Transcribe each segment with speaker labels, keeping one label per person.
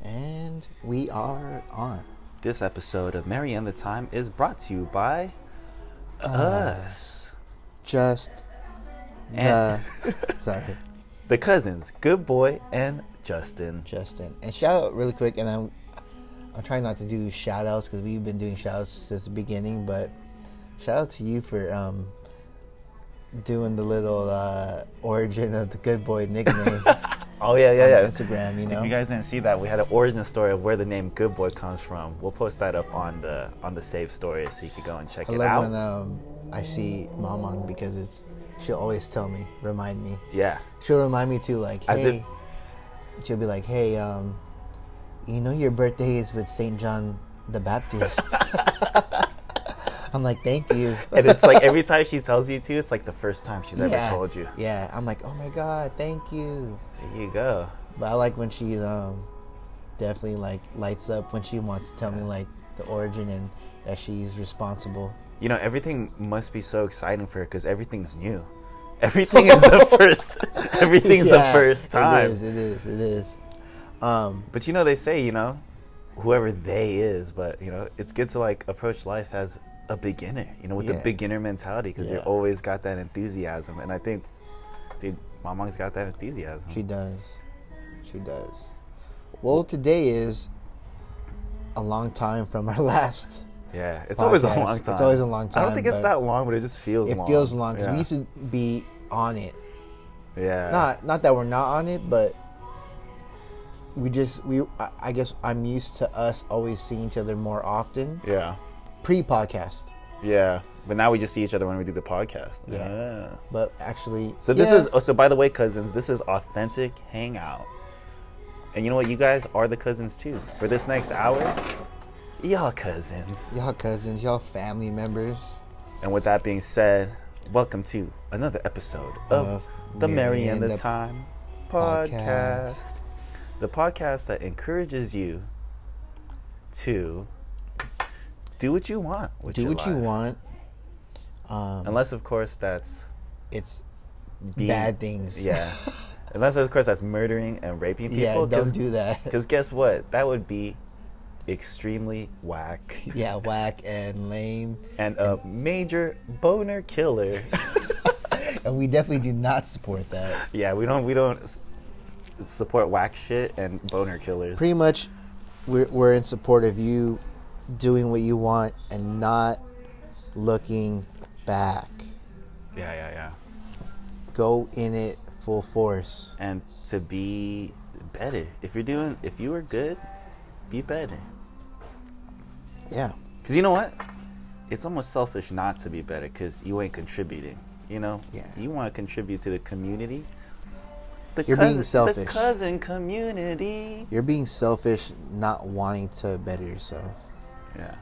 Speaker 1: And we are on.
Speaker 2: This episode of Mary and the Time is brought to you by
Speaker 1: Uh,
Speaker 2: us.
Speaker 1: Just the.
Speaker 2: And
Speaker 1: sorry,
Speaker 2: the cousins, Good Boy and Justin.
Speaker 1: Justin. And shout out really quick, and I'm, I'm trying not to do shout outs because we've been doing shout outs since the beginning, but shout out to you for um, doing the little uh, origin of the good boy nickname.
Speaker 2: Oh, yeah, yeah,
Speaker 1: on
Speaker 2: yeah.
Speaker 1: Instagram, you know.
Speaker 2: If you guys didn't see that, we had an origin story of where the name Good Boy comes from. We'll post that up on the on the save story so you can go and check
Speaker 1: I
Speaker 2: it
Speaker 1: love
Speaker 2: out.
Speaker 1: when um, I see mom on because it's she'll always tell me, remind me.
Speaker 2: Yeah.
Speaker 1: She'll remind me too, like,
Speaker 2: As if-
Speaker 1: hey, she'll be like, hey, um, you know your birthday is with Saint John the Baptist. I'm like, thank you.
Speaker 2: And it's like every time she tells you to, it's like the first time she's ever
Speaker 1: Yeah,
Speaker 2: told you.
Speaker 1: Yeah, I'm like, oh my god, thank you.
Speaker 2: There you go.
Speaker 1: But I like when she um, definitely like lights up when she wants to tell me like the origin and that she's responsible.
Speaker 2: You know, everything must be so exciting for her because everything's new. Everything is the first. Everything's
Speaker 1: Yeah,
Speaker 2: the first time.
Speaker 1: It is. It is. It is. Um,
Speaker 2: But you know, they say, you know, whoever they is, but you know, it's good to like approach life as a beginner, you know, with the
Speaker 1: Yeah.
Speaker 2: beginner mentality because you
Speaker 1: Yeah.
Speaker 2: always got that enthusiasm. And I think, dude, my mom's got that enthusiasm.
Speaker 1: she does. She does. Well, today is a long time from our last.
Speaker 2: yeah, it's always a
Speaker 1: Podcast.
Speaker 2: long
Speaker 1: It's
Speaker 2: time.
Speaker 1: always a long
Speaker 2: I don't think
Speaker 1: time,
Speaker 2: it's
Speaker 1: but
Speaker 2: that long, but it just feels
Speaker 1: It
Speaker 2: long.
Speaker 1: feels long because
Speaker 2: yeah.
Speaker 1: we used to be on it.
Speaker 2: yeah.
Speaker 1: Not not that we're not on it, but we just we. I, I guess I'm used to us always seeing each other more often
Speaker 2: Yeah.
Speaker 1: pre-podcast,
Speaker 2: Yeah. But now we just see each other when we do the podcast.
Speaker 1: Yeah.
Speaker 2: Yeah.
Speaker 1: but actually.
Speaker 2: So this
Speaker 1: Yeah.
Speaker 2: is oh, so by the way, cousins, this is authentic hangout. And you know what? You guys are the cousins too. For this next hour, y'all cousins.
Speaker 1: y'all cousins, y'all family members.
Speaker 2: And with that being said, welcome to another episode of
Speaker 1: Of
Speaker 2: the Mary
Speaker 1: Mary and
Speaker 2: and the
Speaker 1: the
Speaker 2: Time
Speaker 1: Podcast.
Speaker 2: podcast. The podcast that encourages you to do what you want. With
Speaker 1: Do
Speaker 2: your
Speaker 1: what you
Speaker 2: life.
Speaker 1: want. Um,
Speaker 2: Unless, of course, that's
Speaker 1: it's
Speaker 2: being-
Speaker 1: bad things.
Speaker 2: Yeah. Unless, of course, that's murdering and raping people.
Speaker 1: yeah,
Speaker 2: cause,
Speaker 1: don't do that.
Speaker 2: Because guess what? That would be extremely whack
Speaker 1: Yeah, whack and lame.
Speaker 2: and a major boner killer.
Speaker 1: And we definitely do not support that.
Speaker 2: Yeah, we don't we don't s- support whack shit and boner killers.
Speaker 1: Pretty much, we're, we're in support of you doing what you want and not looking back.
Speaker 2: yeah, yeah, yeah.
Speaker 1: Go in it full force.
Speaker 2: And to be better. If you're doing if you were good, be better.
Speaker 1: Yeah.
Speaker 2: Cuz you know what? It's almost selfish not to be better cuz you ain't contributing, you know?
Speaker 1: Yeah.
Speaker 2: You want to contribute to the community. The
Speaker 1: You're being
Speaker 2: The
Speaker 1: selfish.
Speaker 2: cousin community.
Speaker 1: You're being selfish, not wanting to better yourself.
Speaker 2: Yeah.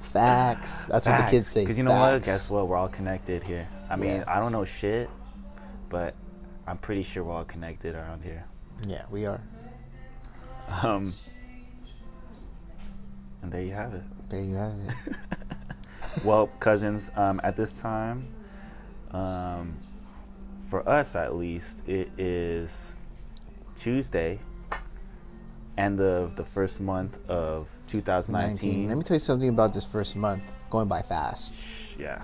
Speaker 1: Facts. That's what the kids say.
Speaker 2: Because you know what?
Speaker 1: Facts.
Speaker 2: Guess what? We're all connected here. I mean,
Speaker 1: Yeah.
Speaker 2: I don't know shit, but I'm pretty sure we're all connected around here.
Speaker 1: Yeah, we are.
Speaker 2: Um, and there you have it.
Speaker 1: There you have it.
Speaker 2: Well, cousins, um, at this time, um, for us at least, it is Tuesday, end of the first month of
Speaker 1: 19.
Speaker 2: 2019.
Speaker 1: Let me tell you something about this first month going by fast.
Speaker 2: yeah.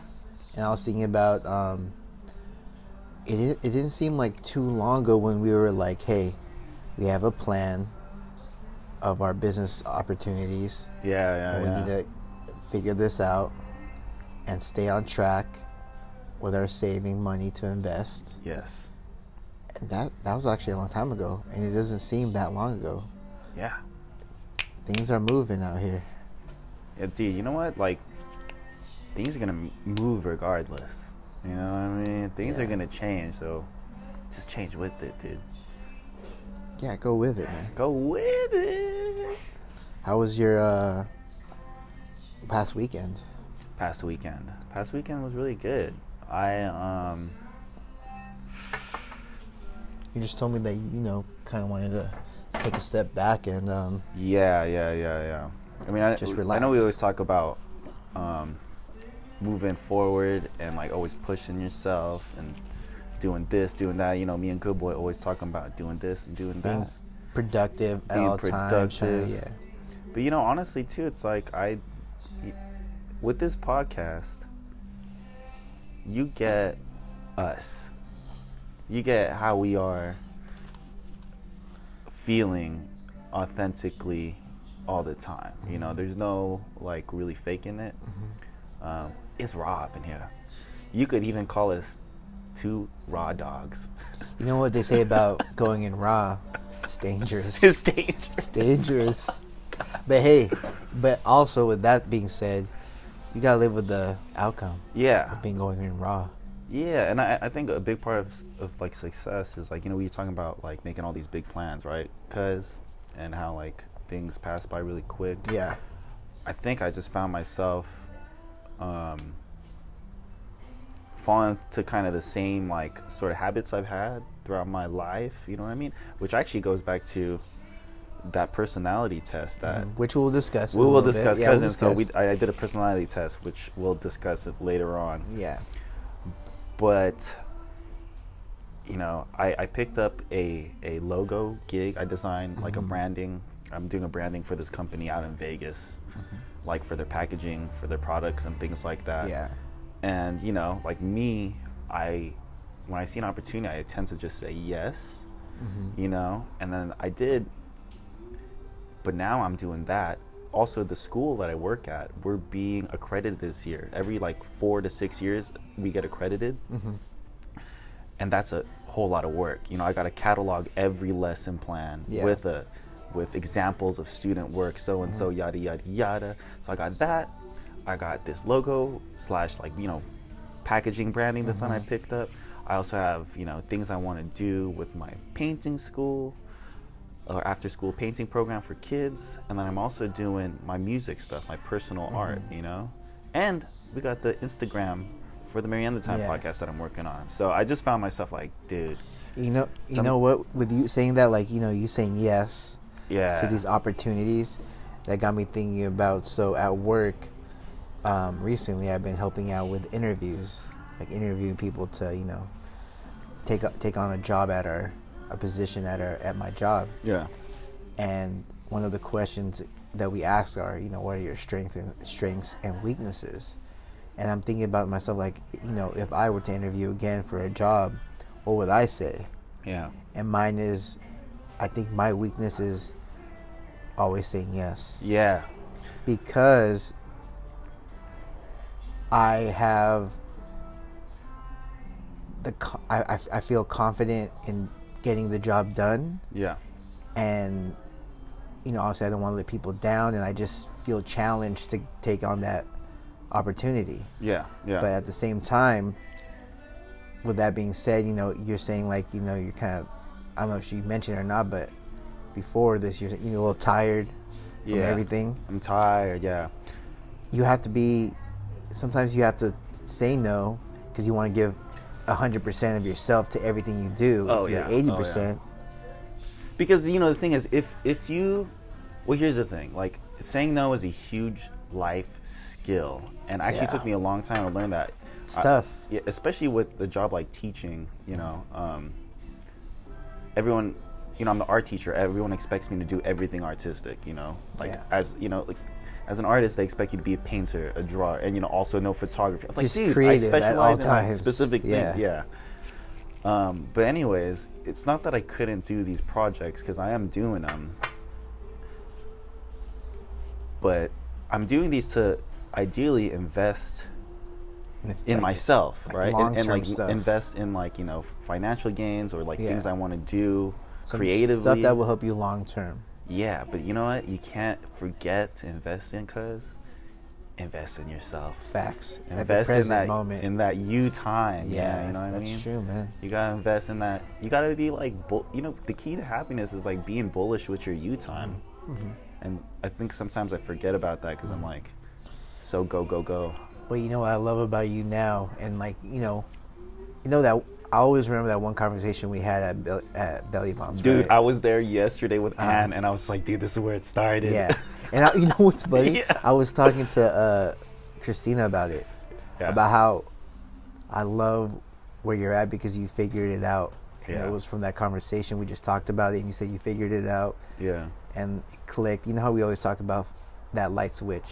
Speaker 1: And I was thinking about um, it. di- It didn't seem like too long ago when we were like, "Hey, we have a plan of our business opportunities,
Speaker 2: Yeah, yeah,
Speaker 1: and
Speaker 2: Oh, yeah.
Speaker 1: we need to figure this out and stay on track with our saving money to invest."
Speaker 2: yes.
Speaker 1: And that that was actually a long time ago, and it doesn't seem that long ago.
Speaker 2: Yeah.
Speaker 1: Things are moving out here.
Speaker 2: Yeah, dude, you know what? Like, things are gonna m- move regardless. You know what I mean? Things are
Speaker 1: Yeah.
Speaker 2: gonna change, so just change with it, dude.
Speaker 1: Yeah, go with it, man.
Speaker 2: Go with it.
Speaker 1: How was your uh, past weekend?
Speaker 2: Past weekend. Past weekend was really good. I um
Speaker 1: You just told me that you know kind of wanted to take a step back and um,
Speaker 2: yeah, yeah, yeah, yeah. I mean, I
Speaker 1: Just
Speaker 2: I know we
Speaker 1: relax.
Speaker 2: always talk about um moving forward and like always pushing yourself and doing this, doing that, you know, me and good boy always talking about doing this and doing that.
Speaker 1: being productive at
Speaker 2: Being
Speaker 1: all times. trying to-
Speaker 2: productive.
Speaker 1: yeah.
Speaker 2: But you know, honestly, too, it's like I, with this podcast, you get us. You get how we are feeling authentically all the time. You know, there's no like really faking it. Um, it's raw up in here. You could even call us two raw dogs.
Speaker 1: You know what they say about going in raw? It's dangerous.
Speaker 2: it's dangerous.
Speaker 1: It's dangerous. But hey, but also with that being said, you gotta live with the outcome
Speaker 2: Yeah.
Speaker 1: of being going in raw.
Speaker 2: Yeah, and I, I think a big part of, s- of like success is like you know we were talking about like making all these big plans, right? Cause and how like things pass by really quick.
Speaker 1: Yeah.
Speaker 2: I think I just found myself um, falling to kind of the same like sort of habits I've had throughout my life. You know what I mean? Which actually goes back to that personality test that
Speaker 1: Which we'll discuss. in
Speaker 2: we
Speaker 1: Mm-hmm. a
Speaker 2: will
Speaker 1: little bit.
Speaker 2: discuss.
Speaker 1: Yeah, we'll
Speaker 2: cousins.
Speaker 1: discuss.
Speaker 2: So we I, I did a personality test, which we'll discuss it later on.
Speaker 1: Yeah.
Speaker 2: but you know I, I picked up a, a logo gig i designed like a branding i'm doing a branding for this company out in vegas like for their packaging for their products and things like that
Speaker 1: Yeah.
Speaker 2: and you know like me i when i see an opportunity i tend to just say yes you know and then i did but now i'm doing that also the school that i work at we're being accredited this year every like four to six years we get accredited and that's a whole lot of work you know i got to catalog every lesson plan
Speaker 1: Yeah.
Speaker 2: with a with examples of student work so and so yada yada yada so i got that i got this logo slash like you know packaging branding that's on I picked up. I also have, you know, things I want to do with my painting school or after school painting program for kids. And then I'm also doing my music stuff, my personal
Speaker 1: Mm-hmm.
Speaker 2: art, you know. And we got the Instagram for the Marianne the Time
Speaker 1: Yeah.
Speaker 2: podcast that I'm working on. So I just found myself like, dude,
Speaker 1: You know. You
Speaker 2: Some-
Speaker 1: know what? With you saying that, like you know, you saying yes
Speaker 2: yeah.
Speaker 1: to these opportunities, that got me thinking about. So at work, um, recently I've been helping out with interviews, like interviewing people to you know, take up take on a job at our a position at our at my job.
Speaker 2: yeah.
Speaker 1: and one of the questions that we ask are, you know, what are your strengths and strengths and weaknesses? And I'm thinking about myself, like, you know, if I were to interview again for a job, what would I say?
Speaker 2: Yeah.
Speaker 1: And mine is, I think my weakness is always saying yes
Speaker 2: Yeah.
Speaker 1: because I have the co- I, I I feel confident in getting the job done
Speaker 2: Yeah.
Speaker 1: and you know obviously i don't want to let people down and i just feel challenged to take on that opportunity
Speaker 2: Yeah. Yeah.
Speaker 1: but at the same time with that being said you know you're saying like you know you're kind of i don't know if you mentioned it or not but before this you're, you're a little tired from
Speaker 2: Yeah.
Speaker 1: everything
Speaker 2: I'm tired. Yeah.
Speaker 1: you have to be sometimes you have to say no because you want to give 100% of yourself to everything you do
Speaker 2: Oh,
Speaker 1: if you're
Speaker 2: yeah. Oh, yeah.
Speaker 1: 80%
Speaker 2: because you know the thing is if if you well here's the thing like saying no is a huge life skill and actually
Speaker 1: Yeah.
Speaker 2: took me a long time to learn that
Speaker 1: it's
Speaker 2: I-
Speaker 1: tough
Speaker 2: yeah, especially with the job like teaching you know um, everyone you know i'm the art teacher everyone expects me to do everything artistic you know like
Speaker 1: Yeah.
Speaker 2: as you know like as an artist they expect you to be a painter a drawer and you know also know photography I'm like
Speaker 1: Just
Speaker 2: dude i
Speaker 1: creative at
Speaker 2: specialize
Speaker 1: all
Speaker 2: in like,
Speaker 1: times.
Speaker 2: specific
Speaker 1: Yeah.
Speaker 2: things yeah um, but anyways it's not that i couldn't do these projects because i am doing them but i'm doing these to ideally invest
Speaker 1: And if,
Speaker 2: in
Speaker 1: like,
Speaker 2: myself,
Speaker 1: like
Speaker 2: right? and, and
Speaker 1: long-term
Speaker 2: like
Speaker 1: stuff.
Speaker 2: invest in like you know financial gains or like
Speaker 1: Yeah.
Speaker 2: things I want to do
Speaker 1: some
Speaker 2: creatively.
Speaker 1: stuff that will help you long term
Speaker 2: yeah, but you know what? You can't forget to invest in cuz invest in yourself.
Speaker 1: facts at
Speaker 2: Invest
Speaker 1: the
Speaker 2: in
Speaker 1: present
Speaker 2: that
Speaker 1: moment.
Speaker 2: in that you time. Yeah,
Speaker 1: yeah,
Speaker 2: you know what
Speaker 1: that's
Speaker 2: I mean.
Speaker 1: true, man.
Speaker 2: You gotta invest in that. You gotta be like, bull, you know, the key to happiness is like being bullish with your you time.
Speaker 1: Mm-hmm.
Speaker 2: And I think sometimes I forget about that because I'm like, so go go go.
Speaker 1: Well, you know what I love about you now, and like you know, you know that I always remember that one conversation we had at Bel- at Belly Bombs,
Speaker 2: Dude,
Speaker 1: right? Uh-huh.
Speaker 2: I was there yesterday with Anne, and I was like, dude, this is where it started.
Speaker 1: yeah, and I, you know what's funny?
Speaker 2: Yeah.
Speaker 1: I was talking to uh, Christina about it,
Speaker 2: Yeah.
Speaker 1: about how I love where you're at because you figured it out and
Speaker 2: Yeah.
Speaker 1: it was from that conversation we just talked about it, and you said you figured it out
Speaker 2: Yeah.
Speaker 1: and it clicked. You know how we always talk about that light switch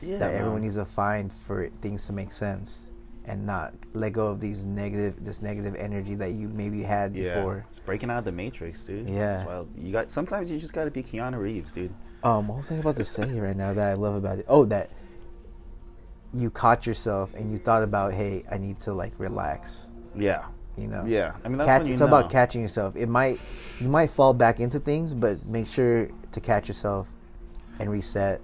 Speaker 2: Yeah.
Speaker 1: that
Speaker 2: man.
Speaker 1: everyone needs to find for things to make sense and not let go of these negative this negative energy that you maybe had
Speaker 2: yeah.
Speaker 1: before.
Speaker 2: It's breaking out of the matrix, dude.
Speaker 1: Yeah.
Speaker 2: It's wild. You got sometimes you just gotta be Keanu Reeves, dude.
Speaker 1: Um, what was I about to say right now that I love about it? Oh, that you caught yourself and you thought about, hey, I need to like relax.
Speaker 2: Yeah.
Speaker 1: You know.
Speaker 2: Yeah. I mean that's
Speaker 1: Catch,
Speaker 2: when you
Speaker 1: it's
Speaker 2: know.
Speaker 1: about catching yourself. It might you might fall back into things, but make sure to catch yourself and reset.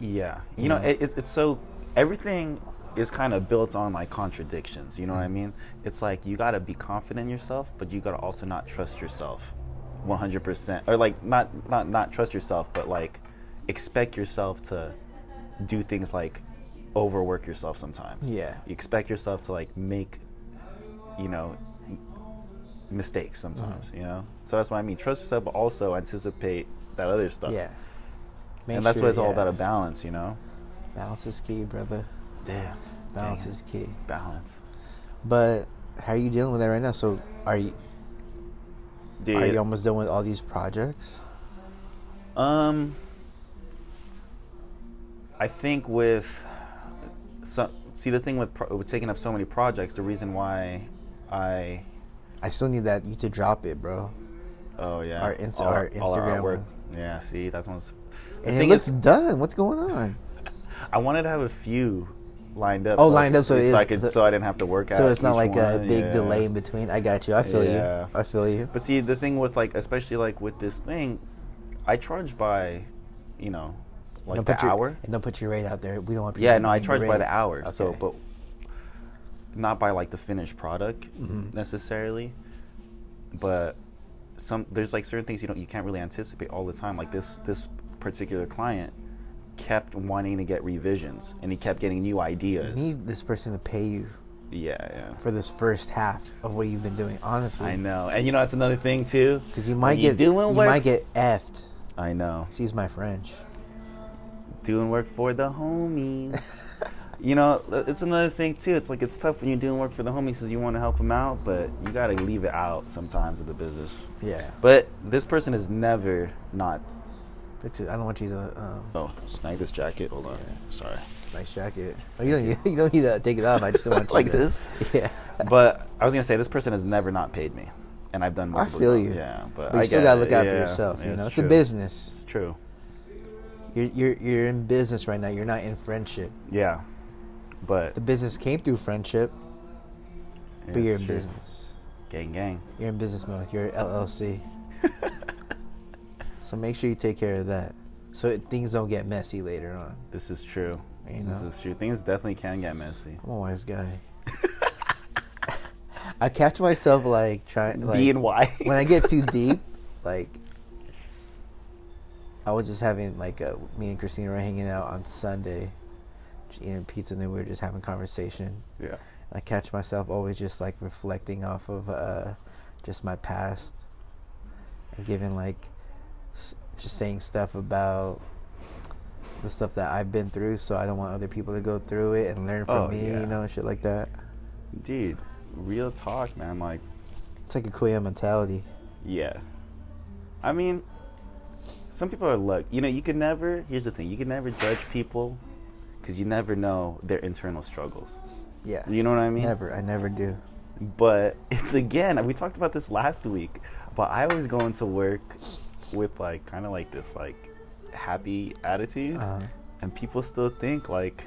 Speaker 2: Yeah, you know,
Speaker 1: Yeah.
Speaker 2: it, it's it's so everything is kind of built on like contradictions. You know
Speaker 1: Mm.
Speaker 2: what I mean? It's like you gotta be confident in yourself, but you gotta also not trust yourself, one hundred percent, or like not not not trust yourself, but like expect yourself to do things like overwork yourself sometimes.
Speaker 1: Yeah.
Speaker 2: you expect yourself to like make, you know, m- mistakes sometimes.
Speaker 1: Mm-hmm.
Speaker 2: You know, so that's what I mean. Trust yourself, but also anticipate that other stuff.
Speaker 1: Yeah. Make
Speaker 2: and that's
Speaker 1: sure-
Speaker 2: what it's all
Speaker 1: yeah.
Speaker 2: about—a balance, you know.
Speaker 1: Balance is key, brother.
Speaker 2: Damn.
Speaker 1: Balance
Speaker 2: Dang it.
Speaker 1: is key.
Speaker 2: balance.
Speaker 1: But how are you dealing with that right now? So are you
Speaker 2: Dude.
Speaker 1: are you almost done with all these projects?
Speaker 2: um I think with so, see the thing with, pro, with taking up so many projects, the reason why I
Speaker 1: I still need that you to drop it, bro.
Speaker 2: oh yeah
Speaker 1: Our Inst-
Speaker 2: all
Speaker 1: our
Speaker 2: all
Speaker 1: Instagram
Speaker 2: artwork.
Speaker 1: one.
Speaker 2: yeah see that's one's the
Speaker 1: And it
Speaker 2: thing
Speaker 1: looks
Speaker 2: is,
Speaker 1: done. What's going on?
Speaker 2: I wanted to have a few lined up
Speaker 1: Oh,
Speaker 2: I
Speaker 1: lined
Speaker 2: could-
Speaker 1: up, so it
Speaker 2: I
Speaker 1: is-
Speaker 2: could
Speaker 1: so-
Speaker 2: so I didn't have to work out
Speaker 1: So it's not
Speaker 2: each
Speaker 1: like a
Speaker 2: one,
Speaker 1: big
Speaker 2: yeah.
Speaker 1: delay in between. I got you. I feel
Speaker 2: Yeah.
Speaker 1: you. I feel you.
Speaker 2: But see, the thing with like, especially like with this thing, I charge by, you know, like
Speaker 1: don't
Speaker 2: the
Speaker 1: put your,
Speaker 2: hour.
Speaker 1: And don't put your rate out there. We don't want people
Speaker 2: Yeah, no, I
Speaker 1: getting
Speaker 2: charge by
Speaker 1: rate.
Speaker 2: the hour. So,
Speaker 1: Okay.
Speaker 2: but not by like the finished product
Speaker 1: Mhm.
Speaker 2: necessarily. But some there's like certain things you don't you can't really anticipate all the time. Like this this particular client kept wanting to get revisions and he kept getting new
Speaker 1: you
Speaker 2: ideas.
Speaker 1: need this person to pay you
Speaker 2: yeah, yeah.
Speaker 1: for this first half of what you've been doing. Honestly,
Speaker 2: I know. And you know that's another thing too.
Speaker 1: because you
Speaker 2: When
Speaker 1: might get
Speaker 2: doing
Speaker 1: you
Speaker 2: work-
Speaker 1: might get effed.
Speaker 2: I know.
Speaker 1: Excuse my French.
Speaker 2: doing work for the homies. you know, it's another thing too. It's like it's tough when you're doing work for the homies because you want to help them out, but you gotta leave it out sometimes of the business.
Speaker 1: Yeah,
Speaker 2: But this person is never not.
Speaker 1: That's it. I don't want you to. Um,
Speaker 2: Oh, snag this jacket. Hold on. Sorry.
Speaker 1: Nice jacket. Oh, you don't need, you don't need to take it off. I just don't want you
Speaker 2: Like
Speaker 1: to-
Speaker 2: this?
Speaker 1: Yeah.
Speaker 2: But I was gonna say this person has never not paid me, and I've done.
Speaker 1: I
Speaker 2: Multiple
Speaker 1: feel you.
Speaker 2: Yeah, but,
Speaker 1: But you
Speaker 2: I
Speaker 1: still
Speaker 2: get
Speaker 1: gotta
Speaker 2: it.
Speaker 1: look out for
Speaker 2: Yeah,
Speaker 1: yourself. You know, it's a
Speaker 2: true.
Speaker 1: business.
Speaker 2: It's true.
Speaker 1: You're, you're you're in business right now. You're not in friendship.
Speaker 2: Yeah, but
Speaker 1: The business came through friendship, but
Speaker 2: yeah,
Speaker 1: you're
Speaker 2: it's
Speaker 1: in
Speaker 2: true.
Speaker 1: business.
Speaker 2: Gang, gang.
Speaker 1: You're in business mode. You're LLC. so make sure you take care of that, so it, things don't get messy later on.
Speaker 2: This is true.
Speaker 1: You know?
Speaker 2: This is true. Things definitely can get messy.
Speaker 1: I'm a wise guy. I catch myself like trying like
Speaker 2: D and Y.
Speaker 1: when I get too deep, like I was just having like a, me and Christina were hanging out on Sunday, just eating pizza, and then we were just having conversation.
Speaker 2: yeah.
Speaker 1: I catch myself always just like reflecting off of uh, just my past and giving like s- just saying stuff about the stuff that I've been through, so I don't want other people to go through it and learn from
Speaker 2: Oh,
Speaker 1: me,
Speaker 2: yeah.
Speaker 1: you know, and shit like that.
Speaker 2: Dude, real talk, man. Like,
Speaker 1: It's like a Kuya mentality.
Speaker 2: yeah. I mean, some people are luck. You know, you can never. Here's the thing: you can never judge people because you never know their internal struggles.
Speaker 1: Yeah.
Speaker 2: You know what I mean?
Speaker 1: Never, I never do.
Speaker 2: But it's again, we talked about this last week. But I always go into work with like kind of like this like happy attitude,
Speaker 1: Uh,
Speaker 2: and people still think like,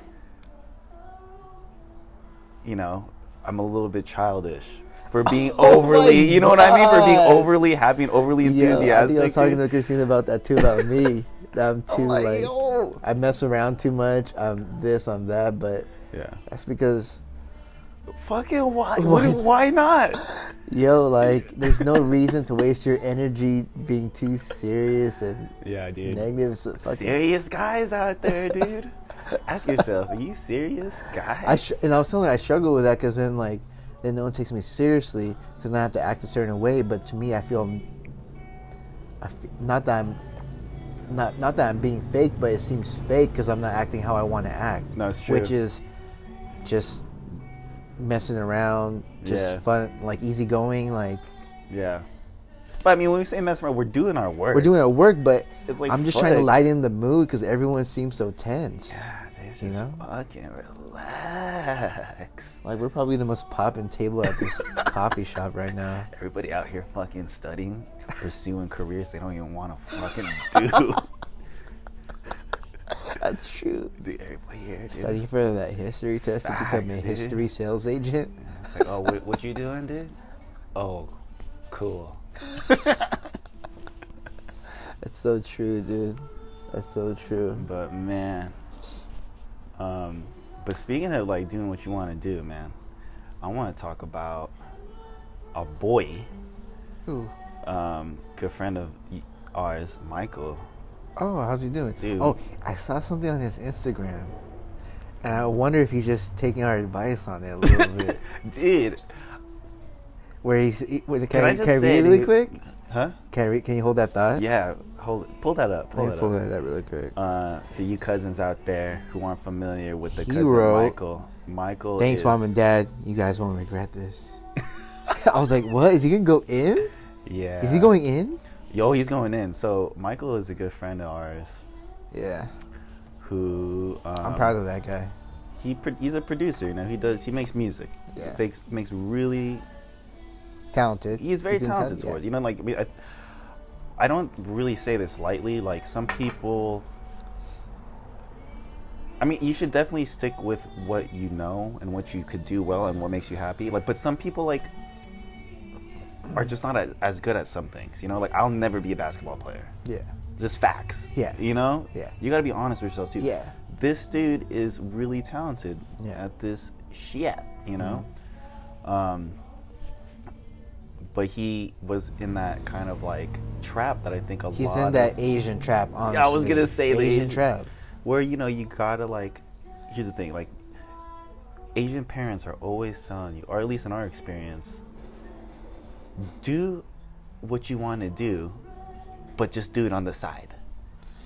Speaker 2: you know, I'm a little bit childish for being
Speaker 1: Oh
Speaker 2: overly,
Speaker 1: my
Speaker 2: you know what I mean, for being
Speaker 1: God.
Speaker 2: overly happy and overly enthusiastic.
Speaker 1: Yeah, I think I was talking to
Speaker 2: dude.
Speaker 1: Christina about that too, about me. That I'm too
Speaker 2: I'm like,
Speaker 1: like,
Speaker 2: yo.
Speaker 1: I mess around too much. I'm this, I'm that, but
Speaker 2: Yeah.
Speaker 1: that's because
Speaker 2: Fucking why?
Speaker 1: Why-
Speaker 2: Why, why not?
Speaker 1: yo, like, there's no reason to waste your energy being too serious and
Speaker 2: Yeah, dude.
Speaker 1: negative. So fucking,
Speaker 2: Serious guys out there, dude. Ask yourself, are you serious, guy?
Speaker 1: I sh- and I was telling her I struggle with that because then like, then no one takes me seriously, so then I have to act a certain way. But to me, I feel, I'm, I fe- not that I'm. Not, not that I'm being fake, but it seems fake because I'm not acting how I want to act.
Speaker 2: No, it's true.
Speaker 1: Which is just messing around, just
Speaker 2: Yeah.
Speaker 1: fun, like easygoing, like
Speaker 2: Yeah. But I mean, when we say mess around, we're doing our work.
Speaker 1: We're doing our work, but
Speaker 2: It's like
Speaker 1: I'm just trying to
Speaker 2: fuck.
Speaker 1: lighten the mood because everyone seems so tense.
Speaker 2: God, this
Speaker 1: You
Speaker 2: is
Speaker 1: know?
Speaker 2: fucking relax.
Speaker 1: Like we're probably the most poppin' table at this coffee shop right now.
Speaker 2: Everybody out here fucking studying, pursuing careers they don't even want to fucking do.
Speaker 1: That's true.
Speaker 2: dude, everybody here, dude.
Speaker 1: Studying for that history test to become
Speaker 2: Facts,
Speaker 1: a
Speaker 2: dude.
Speaker 1: history sales agent.
Speaker 2: It's like, oh, what, what you doing, dude? Oh, cool.
Speaker 1: That's so true, dude. That's so true.
Speaker 2: But man, um, but speaking of like doing what you want to do, man, I want to talk about a boy,
Speaker 1: Ooh.
Speaker 2: um, good friend of y- ours, Michael.
Speaker 1: Oh, how's he doing?
Speaker 2: Dude.
Speaker 1: Oh, I saw something on his Instagram, and I wonder if he's just taking our advice on it a little bit.
Speaker 2: Dude,
Speaker 1: Where he's he, wait, can,
Speaker 2: Can
Speaker 1: I,
Speaker 2: I just
Speaker 1: can I
Speaker 2: say,
Speaker 1: read it really
Speaker 2: dude-
Speaker 1: quick?
Speaker 2: huh?
Speaker 1: Can I read, Can you hold that thought?
Speaker 2: Yeah, hold, pull that up. Pull
Speaker 1: Let
Speaker 2: that
Speaker 1: me pull
Speaker 2: up.
Speaker 1: that up really quick.
Speaker 2: Uh, for you cousins out there who aren't familiar with the
Speaker 1: He
Speaker 2: cousin
Speaker 1: wrote-
Speaker 2: Michael, Michael.
Speaker 1: Thanks,
Speaker 2: is-
Speaker 1: mom and dad. You guys won't regret this. I was like, what? Is he gonna go in?
Speaker 2: Yeah.
Speaker 1: Is he going in?
Speaker 2: Yo, he's going in. So Michael is a good friend of ours
Speaker 1: Yeah,
Speaker 2: who um,
Speaker 1: I'm proud of that guy.
Speaker 2: he pro- he's a producer. You know, he does he makes music.
Speaker 1: Yeah.
Speaker 2: He makes makes really.
Speaker 1: Talented.
Speaker 2: He's very
Speaker 1: doing
Speaker 2: talented
Speaker 1: yeah.
Speaker 2: towards. You know, like I, mean, I, I don't really say this lightly. Like some people. I mean, you should definitely stick with what you know and what you could do well and what makes you happy. Like, but some people like are just not as, as good at some things. You know, like I'll never be a basketball player.
Speaker 1: Yeah.
Speaker 2: just facts.
Speaker 1: Yeah.
Speaker 2: You know?
Speaker 1: Yeah.
Speaker 2: You gotta be honest with yourself too.
Speaker 1: Yeah.
Speaker 2: This dude is really talented
Speaker 1: Yeah. Mm-hmm.
Speaker 2: at this shit, you know? Um but he was in that kind of like trap that I think a
Speaker 1: He's
Speaker 2: lot
Speaker 1: in
Speaker 2: of-
Speaker 1: that Asian trap. Honestly,
Speaker 2: Yeah, I was gonna say
Speaker 1: the
Speaker 2: that
Speaker 1: Asian
Speaker 2: he-
Speaker 1: trap.
Speaker 2: where you know you gotta like here's the thing, like Asian parents are always telling you, or at least in our experience, do what you want to do, but just do it on the side,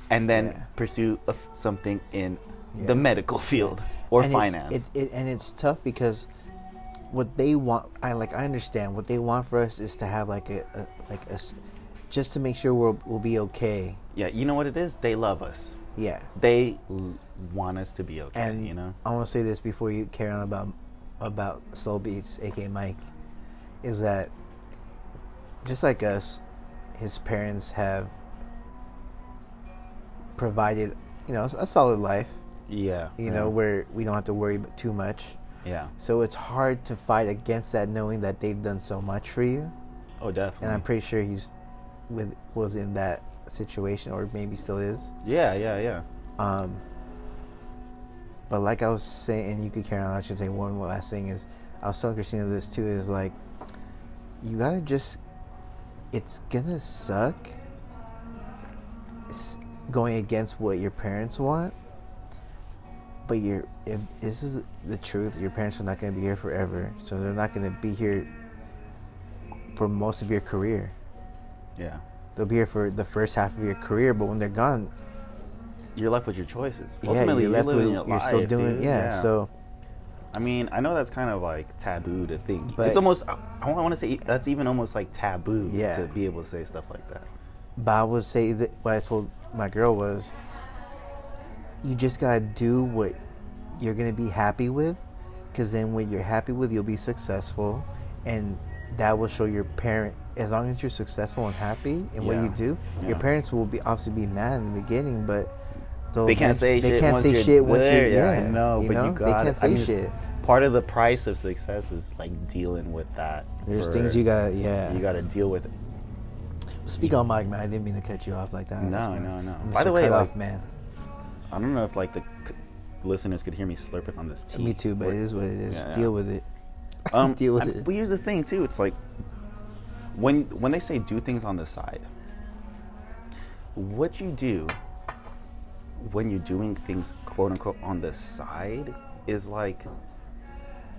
Speaker 2: and then
Speaker 1: Yeah.
Speaker 2: pursue a f something in
Speaker 1: Yeah.
Speaker 2: the medical field or
Speaker 1: and it's-
Speaker 2: finance.
Speaker 1: It's, it, and it's tough because what they want, I like, I understand what they want for us is to have like a, a like a, s- just to make sure we'll, we'll be okay.
Speaker 2: yeah, you know what it is? They love us.
Speaker 1: Yeah.
Speaker 2: They l- want us to be okay.
Speaker 1: And
Speaker 2: you know,
Speaker 1: I want to say this before you carry on about about Soul Beats, aka Mike, is that just like us, his parents have provided you know a solid life.
Speaker 2: yeah,
Speaker 1: You
Speaker 2: yeah,
Speaker 1: know where we don't have to worry too much.
Speaker 2: yeah.
Speaker 1: So it's hard to fight against that knowing that they've done so much for you.
Speaker 2: Oh, definitely.
Speaker 1: And I'm pretty sure he's with was in that situation or maybe still is.
Speaker 2: yeah, yeah, yeah.
Speaker 1: Um but like I was saying and you could carry on, I should say one more last thing is I was telling Christina this too, is like you gotta just it's gonna suck s- going against what your parents want. But your if this is the truth, your parents are not gonna be here forever. So they're not gonna be here for most of your career.
Speaker 2: Yeah.
Speaker 1: They'll be here for the first half of your career, but when they're gone,
Speaker 2: You're left with your choices.
Speaker 1: yeah,
Speaker 2: Ultimately,
Speaker 1: you're left
Speaker 2: living
Speaker 1: with
Speaker 2: your
Speaker 1: you're still
Speaker 2: life,
Speaker 1: doing
Speaker 2: dude.
Speaker 1: yeah, So
Speaker 2: I mean, I know that's kind of like taboo to think.
Speaker 1: But-
Speaker 2: it's almost I, I want to say e, that's even almost like taboo
Speaker 1: Yeah.
Speaker 2: to be able to say stuff like that.
Speaker 1: But I would say that what I told my girl was, you just gotta do what you're gonna be happy with, because then when you're happy with, you'll be successful, and that will show your parent. As long as you're successful and happy in what
Speaker 2: Yeah.
Speaker 1: you do,
Speaker 2: Yeah.
Speaker 1: your parents will be obviously be mad in the beginning, but they'll
Speaker 2: They can't
Speaker 1: eventu-
Speaker 2: say
Speaker 1: they
Speaker 2: shit
Speaker 1: can't
Speaker 2: once
Speaker 1: say
Speaker 2: you're
Speaker 1: shit once
Speaker 2: there.
Speaker 1: you're
Speaker 2: Yeah,
Speaker 1: yeah,
Speaker 2: I know,
Speaker 1: you
Speaker 2: but you
Speaker 1: know?
Speaker 2: got
Speaker 1: they
Speaker 2: it.
Speaker 1: can't
Speaker 2: I
Speaker 1: say
Speaker 2: mean,
Speaker 1: shit.
Speaker 2: Part of the price of success is like dealing with that.
Speaker 1: There's
Speaker 2: for-
Speaker 1: things you got yeah.
Speaker 2: you got to deal with. It.
Speaker 1: Speak on Mike, man. I didn't mean to cut you off like that.
Speaker 2: No,
Speaker 1: That's fine.
Speaker 2: no, no.
Speaker 1: I'm
Speaker 2: By
Speaker 1: just
Speaker 2: the
Speaker 1: a
Speaker 2: way,
Speaker 1: cut
Speaker 2: like-
Speaker 1: off man.
Speaker 2: I don't know if like the c- listeners could hear me slurping on this tea.
Speaker 1: Me too, but it is what it is.
Speaker 2: Yeah, yeah.
Speaker 1: Deal with it.
Speaker 2: um,
Speaker 1: deal with
Speaker 2: I-
Speaker 1: it.
Speaker 2: But here's the thing too. It's like when when they say do things on the side, what you do when you're doing things quote unquote on the side is like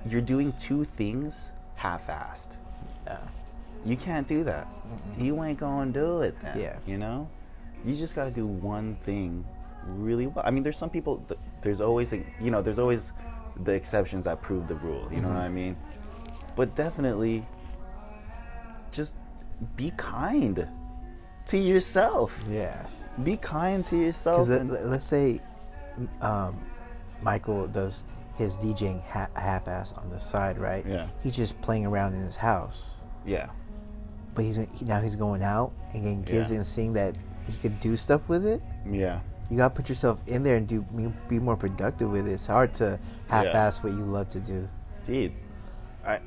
Speaker 2: you're doing two things half-assed.
Speaker 1: Yeah.
Speaker 2: You can't do that. You ain't gonna do it then.
Speaker 1: Yeah.
Speaker 2: You know, you just gotta do one thing really well. I mean, there's some people. th- There's always, a, you know, there's always the exceptions
Speaker 1: Mm-hmm.
Speaker 2: that prove the rule. You know what I mean? But definitely, just be kind to yourself.
Speaker 1: Yeah.
Speaker 2: Be kind to yourself.
Speaker 1: Because let,
Speaker 2: and-
Speaker 1: us say um, Michael does his DJing ha- half ass on the side, right?
Speaker 2: Yeah.
Speaker 1: He's just playing around in his house.
Speaker 2: yeah.
Speaker 1: But he's he- now he's going out and getting kids
Speaker 2: Yeah.
Speaker 1: and seeing that he could do stuff with it.
Speaker 2: Yeah.
Speaker 1: You gotta put yourself in there and do be more productive with it. It's hard to half-ass what you love to do.
Speaker 2: Dude, I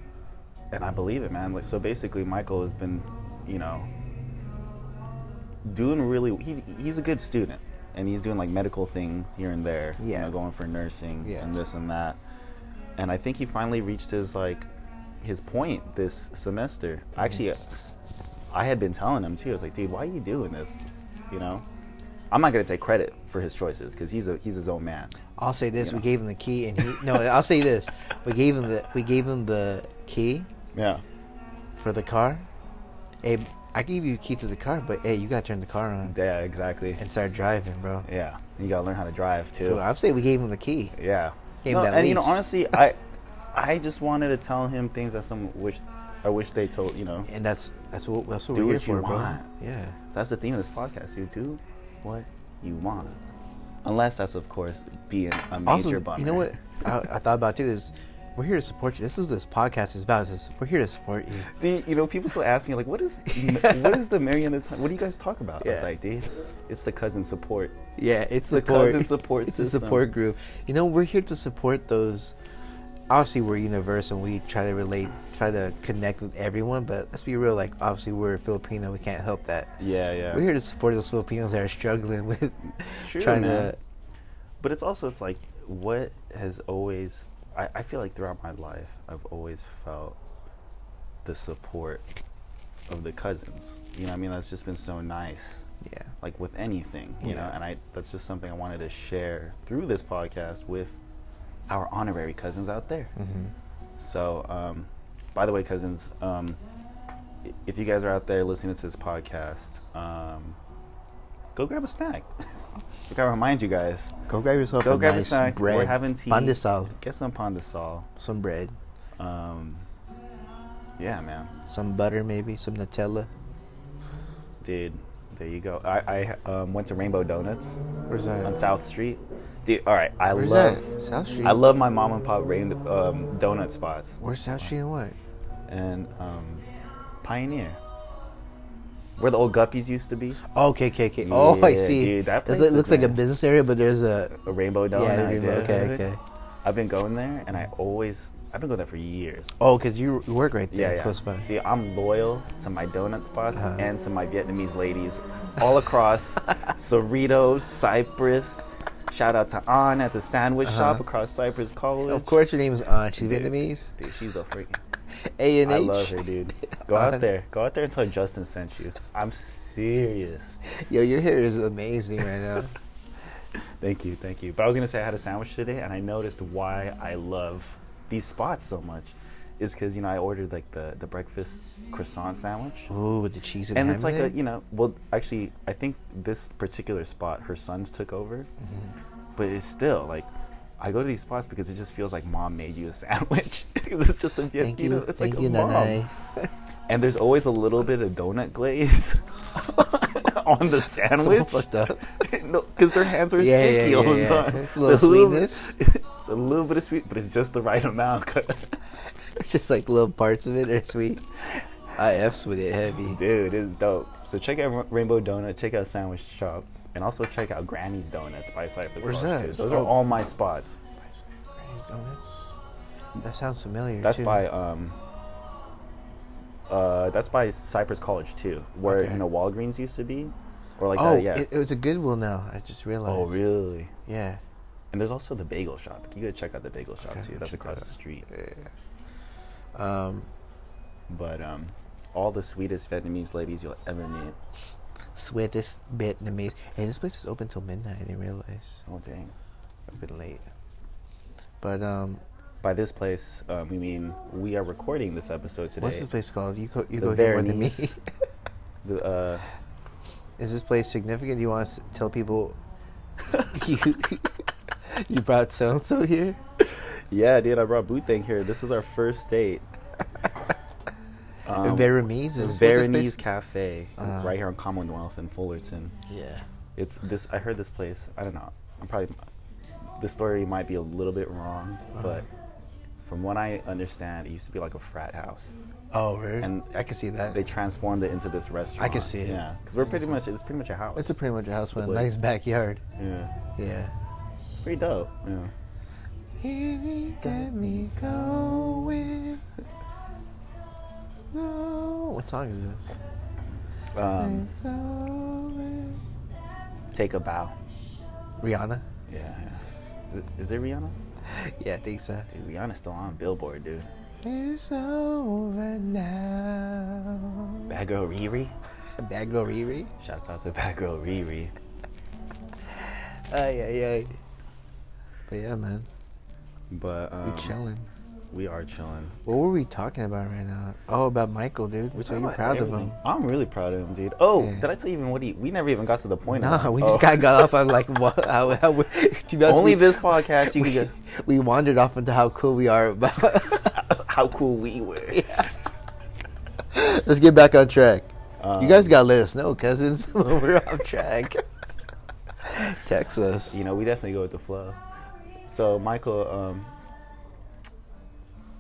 Speaker 2: and I believe it, man. Like so, basically, Michael has been, you know, doing really. He, he's a good student, and he's doing like medical things here and there. you
Speaker 1: Yeah.
Speaker 2: know, going for nursing
Speaker 1: Yeah.
Speaker 2: and this and that. And I think he finally reached his like his point this semester.
Speaker 1: Mm-hmm.
Speaker 2: Actually, I had been telling him too. I was like, dude, why are you doing this? You know, I'm not gonna take credit for his choices because he's a he's his own man.
Speaker 1: I'll say this:
Speaker 2: You
Speaker 1: we
Speaker 2: know.
Speaker 1: gave him the key, and he no. I'll say this: we gave him the we gave him the key
Speaker 2: Yeah.
Speaker 1: for the car. Hey, I gave you the key to the car, but hey, you gotta turn the car on
Speaker 2: Yeah. Exactly.
Speaker 1: and start driving, bro.
Speaker 2: Yeah, you gotta learn how to drive too.
Speaker 1: So I'd say we gave him the key.
Speaker 2: yeah,
Speaker 1: Gave
Speaker 2: no,
Speaker 1: him that
Speaker 2: and you know,
Speaker 1: lease.
Speaker 2: honestly, I, I just wanted to tell him things that some wish, I wish they told. You know,
Speaker 1: And that's that's what that's what
Speaker 2: Do
Speaker 1: we're
Speaker 2: what
Speaker 1: here
Speaker 2: you
Speaker 1: for, bro.
Speaker 2: want.
Speaker 1: Yeah.
Speaker 2: So that's the theme of this podcast. You do what you want, unless that's of course being a major
Speaker 1: Also,
Speaker 2: bummer.
Speaker 1: you know what I, I thought about too is we're here to support you. This is what this podcast is about. Is this, we're here to support you.
Speaker 2: Dude, you know, people still ask me like, "What is, what is the Mariana? Time? What do you guys talk about?" I was
Speaker 1: Yeah.
Speaker 2: like, "Dude, it's the cousin support."
Speaker 1: Yeah, it's
Speaker 2: The
Speaker 1: support.
Speaker 2: cousin support
Speaker 1: It's
Speaker 2: system.
Speaker 1: a support group. You know, we're here to support those. Obviously, we're universal. We try to relate, try to connect with everyone. But let's be real. Like, obviously, we're Filipino. We can't help that.
Speaker 2: Yeah, yeah.
Speaker 1: We're here to support those Filipinos that are struggling with
Speaker 2: It's true,
Speaker 1: trying
Speaker 2: man.
Speaker 1: to.
Speaker 2: But it's also it's like what has always I, I feel like throughout my life I've always felt the support of the cousins. You know, what I mean that's just been so nice.
Speaker 1: Yeah.
Speaker 2: Like with anything, you know,
Speaker 1: Yeah.
Speaker 2: and I that's just something I wanted to share through this podcast with our honorary cousins out there.
Speaker 1: hmm
Speaker 2: Mm-hmm. So, um, by the way, cousins, um, i- if you guys are out there listening to this podcast, um, go grab a snack. I gotta remind you guys,
Speaker 1: Go grab yourself
Speaker 2: Go
Speaker 1: a
Speaker 2: grab a
Speaker 1: nice
Speaker 2: snack.
Speaker 1: bread.
Speaker 2: We're having tea.
Speaker 1: Pandesal,
Speaker 2: get some pandesal.
Speaker 1: some bread,
Speaker 2: Um, yeah, man,
Speaker 1: some butter, maybe some Nutella.
Speaker 2: dude, there you go. I, I um, went to Rainbow Donuts
Speaker 1: Where's that?
Speaker 2: on South Street, dude. All right, I
Speaker 1: Where's
Speaker 2: love,
Speaker 1: that? South Street.
Speaker 2: I love my mom and pop rain um, donut spots
Speaker 1: Where's South Street and what?
Speaker 2: and um, Pioneer, where the old guppies used to be.
Speaker 1: Okay, okay, okay. Oh, I
Speaker 2: Yeah,
Speaker 1: see.
Speaker 2: dude, that
Speaker 1: Does
Speaker 2: place
Speaker 1: it
Speaker 2: is
Speaker 1: looks like a
Speaker 2: nice.
Speaker 1: business area, but there's a.
Speaker 2: a rainbow donut.
Speaker 1: yeah, the rainbow-
Speaker 2: dude.
Speaker 1: okay, okay.
Speaker 2: I've been going there, and I always I've been going there for years.
Speaker 1: Oh, because you you work right there,
Speaker 2: yeah, yeah.
Speaker 1: close by.
Speaker 2: Dude, I'm loyal to my donut spots
Speaker 1: Uh-huh.
Speaker 2: and to my Vietnamese ladies all across Cerritos, Cyprus. Shout out to An at the sandwich shop
Speaker 1: Uh-huh.
Speaker 2: across Cypress College.
Speaker 1: Of course, your name is An. She's
Speaker 2: Dude.
Speaker 1: Vietnamese.
Speaker 2: Dude, she's a freaking.
Speaker 1: A and
Speaker 2: I
Speaker 1: H.
Speaker 2: love her, dude. Go
Speaker 1: An.
Speaker 2: out there. Go out there and tell Justin sent you. I'm serious.
Speaker 1: Yo, your hair is amazing right now.
Speaker 2: Thank you, thank you. But I was gonna say I had a sandwich today, and I noticed why I love these spots so much is because you know I ordered like the the breakfast croissant sandwich,
Speaker 1: Ooh, with the cheese and,
Speaker 2: and it's like a you
Speaker 1: know.
Speaker 2: know well actually I think this particular spot her sons took over, but it's still like. I go to these spots because it just feels like mom made you a sandwich. 'Cause it's just a
Speaker 1: Thank
Speaker 2: you
Speaker 1: you,
Speaker 2: know, it's
Speaker 1: thank
Speaker 2: like
Speaker 1: you,
Speaker 2: a mom.
Speaker 1: Nanai.
Speaker 2: And there's always a little bit of donut glaze on the sandwich.
Speaker 1: fucked up.
Speaker 2: no, because their hands are
Speaker 1: Yeah, yeah,
Speaker 2: sticky
Speaker 1: yeah,
Speaker 2: all the
Speaker 1: yeah.
Speaker 2: time.
Speaker 1: It's a little
Speaker 2: bit-
Speaker 1: sweetness.
Speaker 2: it's a little bit of sweet, but it's just the right amount.
Speaker 1: It's just like little parts of it are sweet. I f's with it heavy.
Speaker 2: Dude, it's dope. So check out Ra- Rainbow Donut, check out Sandwich Shop, and also check out Granny's Donuts by Cypress
Speaker 1: Where's
Speaker 2: Cross,
Speaker 1: that?
Speaker 2: too. Those
Speaker 1: Oh.
Speaker 2: are all my spots.
Speaker 1: Granny's donuts. That sounds familiar.
Speaker 2: That's
Speaker 1: too.
Speaker 2: by um. Uh, that's by Cypress College too, where
Speaker 1: Okay.
Speaker 2: you know Walgreens used to be, or like
Speaker 1: oh,
Speaker 2: that. Yeah.
Speaker 1: it, it was a Goodwill now. I just realized.
Speaker 2: oh, really?
Speaker 1: Yeah.
Speaker 2: And there's also the bagel shop. You gotta check out the bagel shop
Speaker 1: Okay,
Speaker 2: too. That's
Speaker 1: check that
Speaker 2: across the
Speaker 1: out.
Speaker 2: street.
Speaker 1: Um,
Speaker 2: But um, all the sweetest Vietnamese ladies you'll ever meet.
Speaker 1: sweetest Vietnamese. Hey, this place is open till midnight. I didn't realize.
Speaker 2: Oh dang!
Speaker 1: I've been late. But um,
Speaker 2: By this place, um, we mean we are recording this episode today.
Speaker 1: what's this place called? You go, you
Speaker 2: The
Speaker 1: go here more than me.
Speaker 2: Veronese. The, uh,
Speaker 1: is this place significant? Do you want us to tell people you you brought so and so here?
Speaker 2: yeah, dude, I brought Boothang here. This is our first date. Um,
Speaker 1: Veronese is
Speaker 2: Veronese Cafe, uh,
Speaker 1: Uh-huh.
Speaker 2: right here on Commonwealth in Fullerton.
Speaker 1: Yeah.
Speaker 2: It's this. I heard this place. I don't know. I'm probably. The story might be a little bit wrong,
Speaker 1: Uh-huh.
Speaker 2: but from what I understand, it used to be like a frat house.
Speaker 1: Oh, really?
Speaker 2: And
Speaker 1: I can see that.
Speaker 2: They transformed it into this restaurant.
Speaker 1: can see it.
Speaker 2: Yeah, because we're pretty much it's pretty much a house.
Speaker 1: it's a pretty much a house with a
Speaker 2: Like-
Speaker 1: nice backyard.
Speaker 2: yeah,
Speaker 1: Yeah.
Speaker 2: it's pretty dope. Yeah.
Speaker 1: He got me going. No. What song is this?
Speaker 2: Um,
Speaker 1: Going.
Speaker 2: take a bow.
Speaker 1: Rihanna?
Speaker 2: Yeah. Is it Rihanna?
Speaker 1: Yeah, I think so.
Speaker 2: Dude, Rihanna's still on Billboard, dude.
Speaker 1: It's over now.
Speaker 2: Bad girl Riri.
Speaker 1: Bad girl Riri?
Speaker 2: Shouts out to Bad girl Riri.
Speaker 1: Ay, ay, ay. But yeah, man.
Speaker 2: But um,
Speaker 1: We chilling.
Speaker 2: We are chilling.
Speaker 1: What were we talking about right now? Oh, about Michael, dude.
Speaker 2: We're
Speaker 1: so
Speaker 2: talking
Speaker 1: you
Speaker 2: about
Speaker 1: proud of
Speaker 2: everything.
Speaker 1: him?
Speaker 2: I'm really proud of him, dude. Oh,
Speaker 1: Yeah.
Speaker 2: did I tell you even what he? We never even got to the point. of
Speaker 1: Nah,
Speaker 2: it.
Speaker 1: we just
Speaker 2: Oh.
Speaker 1: got got off on like what, how, how we- to be honest,
Speaker 2: Only
Speaker 1: we-
Speaker 2: this podcast you
Speaker 1: we,
Speaker 2: can get
Speaker 1: we wandered off into how cool we are about.
Speaker 2: how cool we were.
Speaker 1: Let's get back on track. you
Speaker 2: Um,
Speaker 1: guys gotta let us know, cousins, when we're off track. Text us.
Speaker 2: You know, we definitely go with the flow. So Michael, um,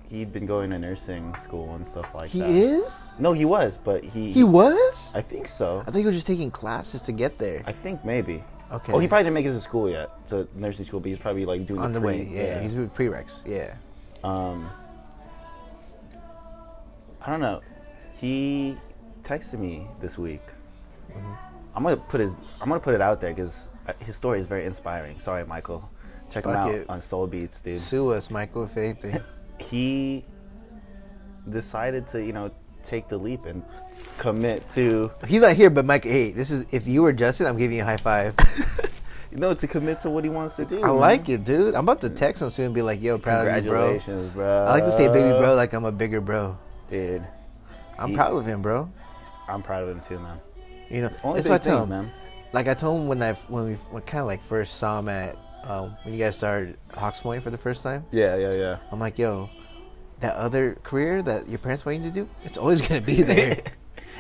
Speaker 2: he'd been going to nursing school and stuff like
Speaker 1: he
Speaker 2: that.
Speaker 1: is.
Speaker 2: No, he was, but he.
Speaker 1: He was.
Speaker 2: I think so.
Speaker 1: I think he was just taking classes to get there.
Speaker 2: I think maybe.
Speaker 1: Okay.
Speaker 2: Oh, he probably didn't make it to school yet, to nursing school, but he's probably like doing
Speaker 1: on the
Speaker 2: pre-
Speaker 1: way. Yeah, he's with prereqs. Yeah.
Speaker 2: um, I don't know. He texted me this week.
Speaker 1: Mm-hmm.
Speaker 2: I'm gonna put his. I'm gonna put it out there because his story is very inspiring. Sorry, Michael. Check him
Speaker 1: Fuck
Speaker 2: out
Speaker 1: it.
Speaker 2: on Soul Beats, dude.
Speaker 1: Sue us, Michael, if anything.
Speaker 2: He decided to, you know, take the leap and commit to,
Speaker 1: He's not here, but Mike, hey, this is if you were Justin, I'm giving you a high five.
Speaker 2: you know, to commit to what he wants to do.
Speaker 1: I
Speaker 2: man.
Speaker 1: like it, dude. I'm about to text him soon and be like, yo, proud of you, bro.
Speaker 2: Congratulations, bro.
Speaker 1: I like to say baby bro like I'm a bigger bro.
Speaker 2: Dude,
Speaker 1: I'm
Speaker 2: He-
Speaker 1: proud of him, bro.
Speaker 2: I'm proud of him too, man.
Speaker 1: You know,
Speaker 2: Only
Speaker 1: that's what I
Speaker 2: big
Speaker 1: tell
Speaker 2: things,
Speaker 1: him.
Speaker 2: man.
Speaker 1: Like I told him when I when we when kind of like first saw him at um, when you guys started Hawks Point for the first time.
Speaker 2: Yeah, yeah, yeah.
Speaker 1: I'm like, yo, that other career that your parents want you to do, it's always gonna be there.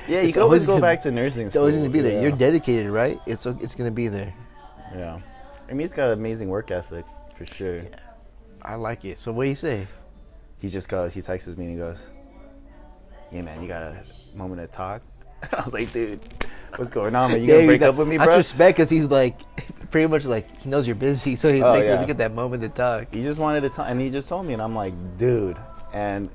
Speaker 2: Yeah, you
Speaker 1: It's
Speaker 2: can always
Speaker 1: always
Speaker 2: go
Speaker 1: gonna-
Speaker 2: back to nursing
Speaker 1: it's
Speaker 2: school.
Speaker 1: always gonna be there.
Speaker 2: Yeah.
Speaker 1: You're dedicated, right? It's it's gonna be there.
Speaker 2: Yeah. I mean, he's got an amazing work ethic, for sure.
Speaker 1: I like it. So what do you say?
Speaker 2: He just goes, he texts me and he goes, Yeah, man, you got a moment to talk? I was like, Dude, what's going on, man? You
Speaker 1: There
Speaker 2: gonna break
Speaker 1: go.
Speaker 2: up with me,
Speaker 1: That's
Speaker 2: bro?
Speaker 1: respect because he's like, pretty much like, he knows you're busy, so he's
Speaker 2: Oh,
Speaker 1: like,
Speaker 2: yeah.
Speaker 1: let me get that moment to talk.
Speaker 2: He just wanted to tell, and he just told me, and I'm like, Dude. And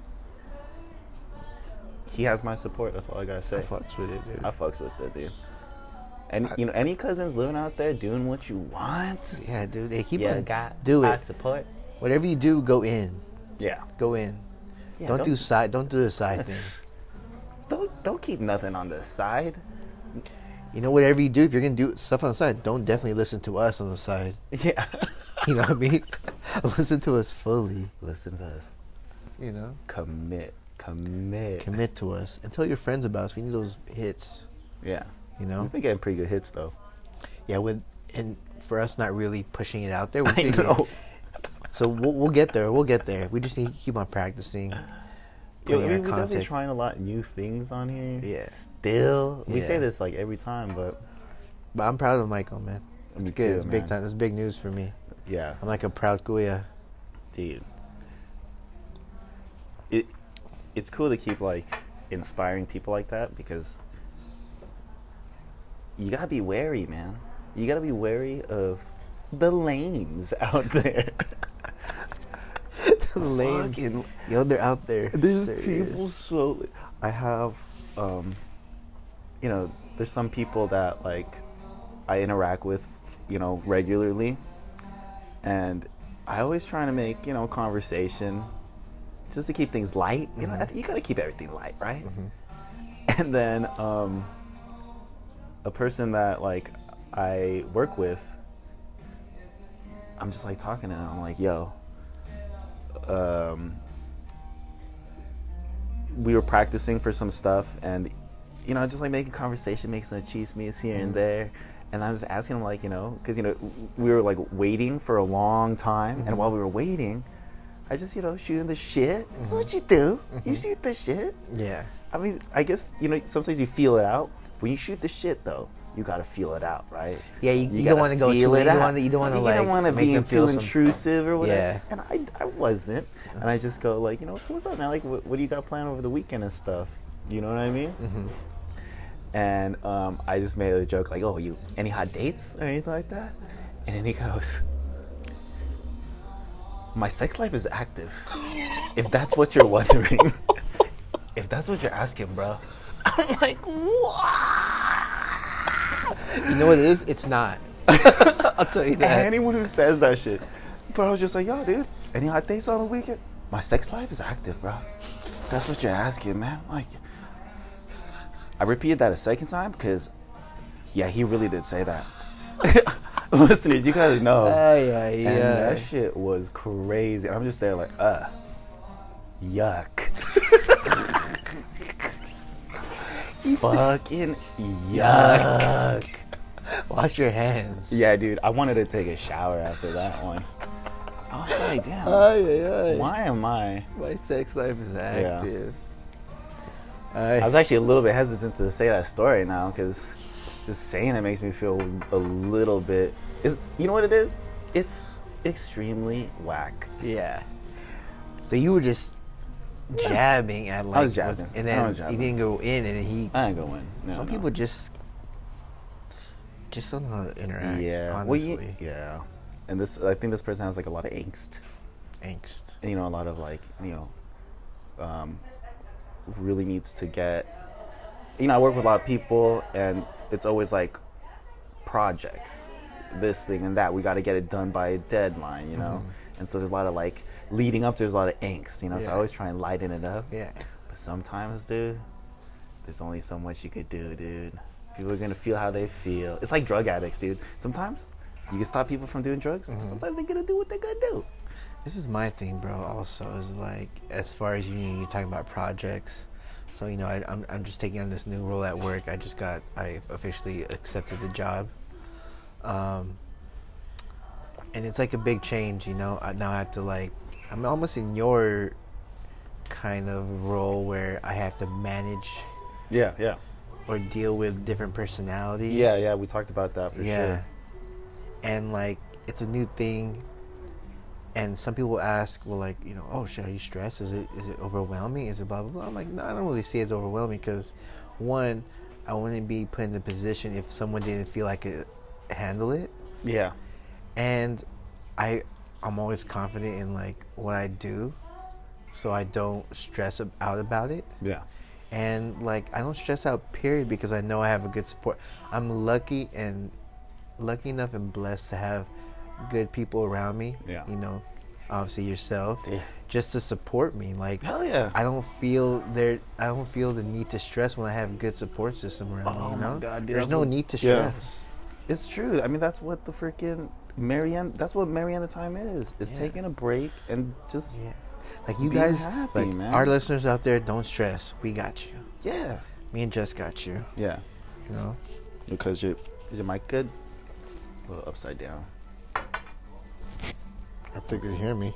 Speaker 2: he has my support. That's all I gotta
Speaker 1: I
Speaker 2: say.
Speaker 1: fucks with it, dude.
Speaker 2: I fucks with that dude. And you know, any cousins living out there doing what you want?
Speaker 1: yeah, dude. They keep on.
Speaker 2: got
Speaker 1: do
Speaker 2: I
Speaker 1: it.
Speaker 2: support.
Speaker 1: Whatever you do, go in.
Speaker 2: Yeah.
Speaker 1: Go in.
Speaker 2: Yeah,
Speaker 1: don't, do side. Don't do the side thing.
Speaker 2: Don't don't keep nothing on the side.
Speaker 1: You know, whatever you do, if you're gonna do stuff on the side, don't definitely listen to us on the side.
Speaker 2: Yeah.
Speaker 1: You know what I mean? listen to us fully.
Speaker 2: Listen to us.
Speaker 1: You know,
Speaker 2: Commit. Commit.
Speaker 1: commit to us and tell your friends about us. We need those hits.
Speaker 2: yeah.
Speaker 1: You know.
Speaker 2: We've been getting pretty good hits though.
Speaker 1: Yeah, with and for us not really pushing it out there.
Speaker 2: I
Speaker 1: we're-
Speaker 2: know.
Speaker 1: So we'll, we'll get there. We'll get there. We just need to keep on practicing.
Speaker 2: Yo,
Speaker 1: putting
Speaker 2: we,
Speaker 1: our
Speaker 2: we're definitely
Speaker 1: content-
Speaker 2: trying a lot of new things on here.
Speaker 1: Yeah.
Speaker 2: Still, we say
Speaker 1: Yeah.
Speaker 2: this like every time, but
Speaker 1: But I'm proud of Michael, man.
Speaker 2: Me
Speaker 1: It's good.
Speaker 2: too,
Speaker 1: it's
Speaker 2: man.
Speaker 1: big time. It's big news for me.
Speaker 2: yeah,
Speaker 1: I'm like a proud Guya.
Speaker 2: dude, it it's cool to keep like inspiring people like that because you gotta be wary, man. You gotta be wary of the lames out there.
Speaker 1: the lames.
Speaker 2: Fucking-
Speaker 1: Yo, they're out there.
Speaker 2: There's
Speaker 1: Serious.
Speaker 2: people so I have um you know, there's some people that like I interact with, you know, regularly and I always try to make, you know, conversation just to keep things light. You know, I think you got to keep everything light, right? And then um a person that like I work with I'm just like talking to them. I'm like, "Yo, um we were practicing for some stuff and you know just like making conversation making some cheese meats here and there and i was asking him like you know because you know we were like waiting for a long time and while we were waiting I just, you know, shooting the shit. That's what you do. You shoot the shit.
Speaker 1: Yeah.
Speaker 2: I mean, I guess, you know, sometimes you feel it out. When you shoot the shit, though, you gotta feel it out, right?
Speaker 1: Yeah, you- you don't
Speaker 2: gotta
Speaker 1: wanna go
Speaker 2: feel
Speaker 1: too-
Speaker 2: it
Speaker 1: you don't
Speaker 2: out.
Speaker 1: wanna- you don't wanna,
Speaker 2: You
Speaker 1: like,
Speaker 2: wanna
Speaker 1: make
Speaker 2: be
Speaker 1: them
Speaker 2: too
Speaker 1: feel some-
Speaker 2: intrusive or whatever.
Speaker 1: Yeah.
Speaker 2: And I, I wasn't. And I just go, like, you know, so what's up, man? Like, what, what do you got planned over the weekend and stuff? You know what I mean?
Speaker 1: hmm
Speaker 2: And um, I just made a joke like, "Oh, you any hot dates or anything like that?" And then he goes, "My sex life is active. If that's what you're wondering, if that's what you're asking, bro." I'm like, "What?"
Speaker 1: You know what it is? It's not. I'll tell you that.
Speaker 2: Anyone who says that shit, but I was just like, "Yo, dude, any hot dates on the weekend? My sex life is active, bro. That's what you're asking, man." Like, I repeated that a second time because, yeah, he really did say that. Listeners, you guys know.
Speaker 1: Ay, ay,
Speaker 2: And that
Speaker 1: ay.
Speaker 2: shit was crazy. I'm just there like, uh, yuck. Fucking yuck.
Speaker 1: Wash your hands.
Speaker 2: Yeah, dude, I wanted to take a shower after that one. I was like, damn,
Speaker 1: Ay, ay, ay.
Speaker 2: why am I?
Speaker 1: My sex life is active. Ay.
Speaker 2: I was actually a little bit hesitant to say that story now because just saying it makes me feel a little bit. Is you know what it is? It's extremely whack.
Speaker 1: yeah. So you were just jabbing at like,
Speaker 2: was
Speaker 1: what's-
Speaker 2: jabbing.
Speaker 1: and
Speaker 2: I
Speaker 1: then
Speaker 2: was
Speaker 1: he
Speaker 2: jabbing.
Speaker 1: didn't go in, and he.
Speaker 2: I ain't going. No,
Speaker 1: some
Speaker 2: no.
Speaker 1: people just just don't know how to interact.
Speaker 2: yeah, well,
Speaker 1: honestly,
Speaker 2: you- yeah. And this, I think this person has like a lot of angst.
Speaker 1: angst.
Speaker 2: You know, a lot of like, you know, um, really needs to get. You know, I work with a lot of people, and it's always like projects, this thing and that. We got to get it done by a deadline. You know, and so there's a lot of like leading up. to There's a lot of angst. You know, so
Speaker 1: Mm-hmm.
Speaker 2: I
Speaker 1: Yeah.
Speaker 2: always try and lighten it up.
Speaker 1: Yeah,
Speaker 2: But sometimes, dude, there's only so much you could do, dude. People are gonna feel how they feel. It's like drug addicts, dude. Sometimes you can stop people from doing drugs.
Speaker 1: Mm-hmm.
Speaker 2: but Sometimes they're gonna do what they're gonna do.
Speaker 1: this is my thing, bro. Also, is like as far as you you're talking about projects. So you know, I, I'm I'm just taking on this new role at work. I just got I officially accepted the job. Um, and it's like a big change, you know. I now have to like, I'm almost in your kind of role where I have to manage
Speaker 2: Yeah, yeah,
Speaker 1: or deal with different personalities.
Speaker 2: yeah, yeah. We talked about that for
Speaker 1: yeah.
Speaker 2: sure.
Speaker 1: And like it's a new thing. And some people ask, well, like you know, oh, shit, are you stressed? Is it is it overwhelming? Is it blah blah blah? I'm like, no, I don't really see it as overwhelming because, one, I wouldn't be put in the position if someone didn't feel I could handle it,
Speaker 2: Yeah,
Speaker 1: and I, I'm always confident in like what I do, so I don't stress ab- out about it
Speaker 2: yeah,
Speaker 1: and like I don't stress out period because I know I have a good support. I'm lucky and lucky enough and blessed to have good people around me.
Speaker 2: Yeah.
Speaker 1: You know, obviously yourself,
Speaker 2: Yeah.
Speaker 1: just to support me. Like
Speaker 2: Hell yeah.
Speaker 1: I don't feel there. I don't feel the need to stress when I have good support system around me.
Speaker 2: Oh
Speaker 1: You
Speaker 2: my
Speaker 1: know,
Speaker 2: God, dude,
Speaker 1: there's
Speaker 2: that's
Speaker 1: no
Speaker 2: what-
Speaker 1: need to
Speaker 2: Yeah.
Speaker 1: stress.
Speaker 2: it's true. I mean, that's what the freaking Marianne. That's what Marianne the time is. Is
Speaker 1: Yeah.
Speaker 2: taking a break and just
Speaker 1: Yeah. Like you
Speaker 2: Being
Speaker 1: guys,
Speaker 2: happy,
Speaker 1: like
Speaker 2: man.
Speaker 1: our listeners out there, don't stress. We got you.
Speaker 2: yeah,
Speaker 1: Me and Jess got you.
Speaker 2: yeah.
Speaker 1: You know.
Speaker 2: Because your is your mic good? A little upside down.
Speaker 1: I think they hear me.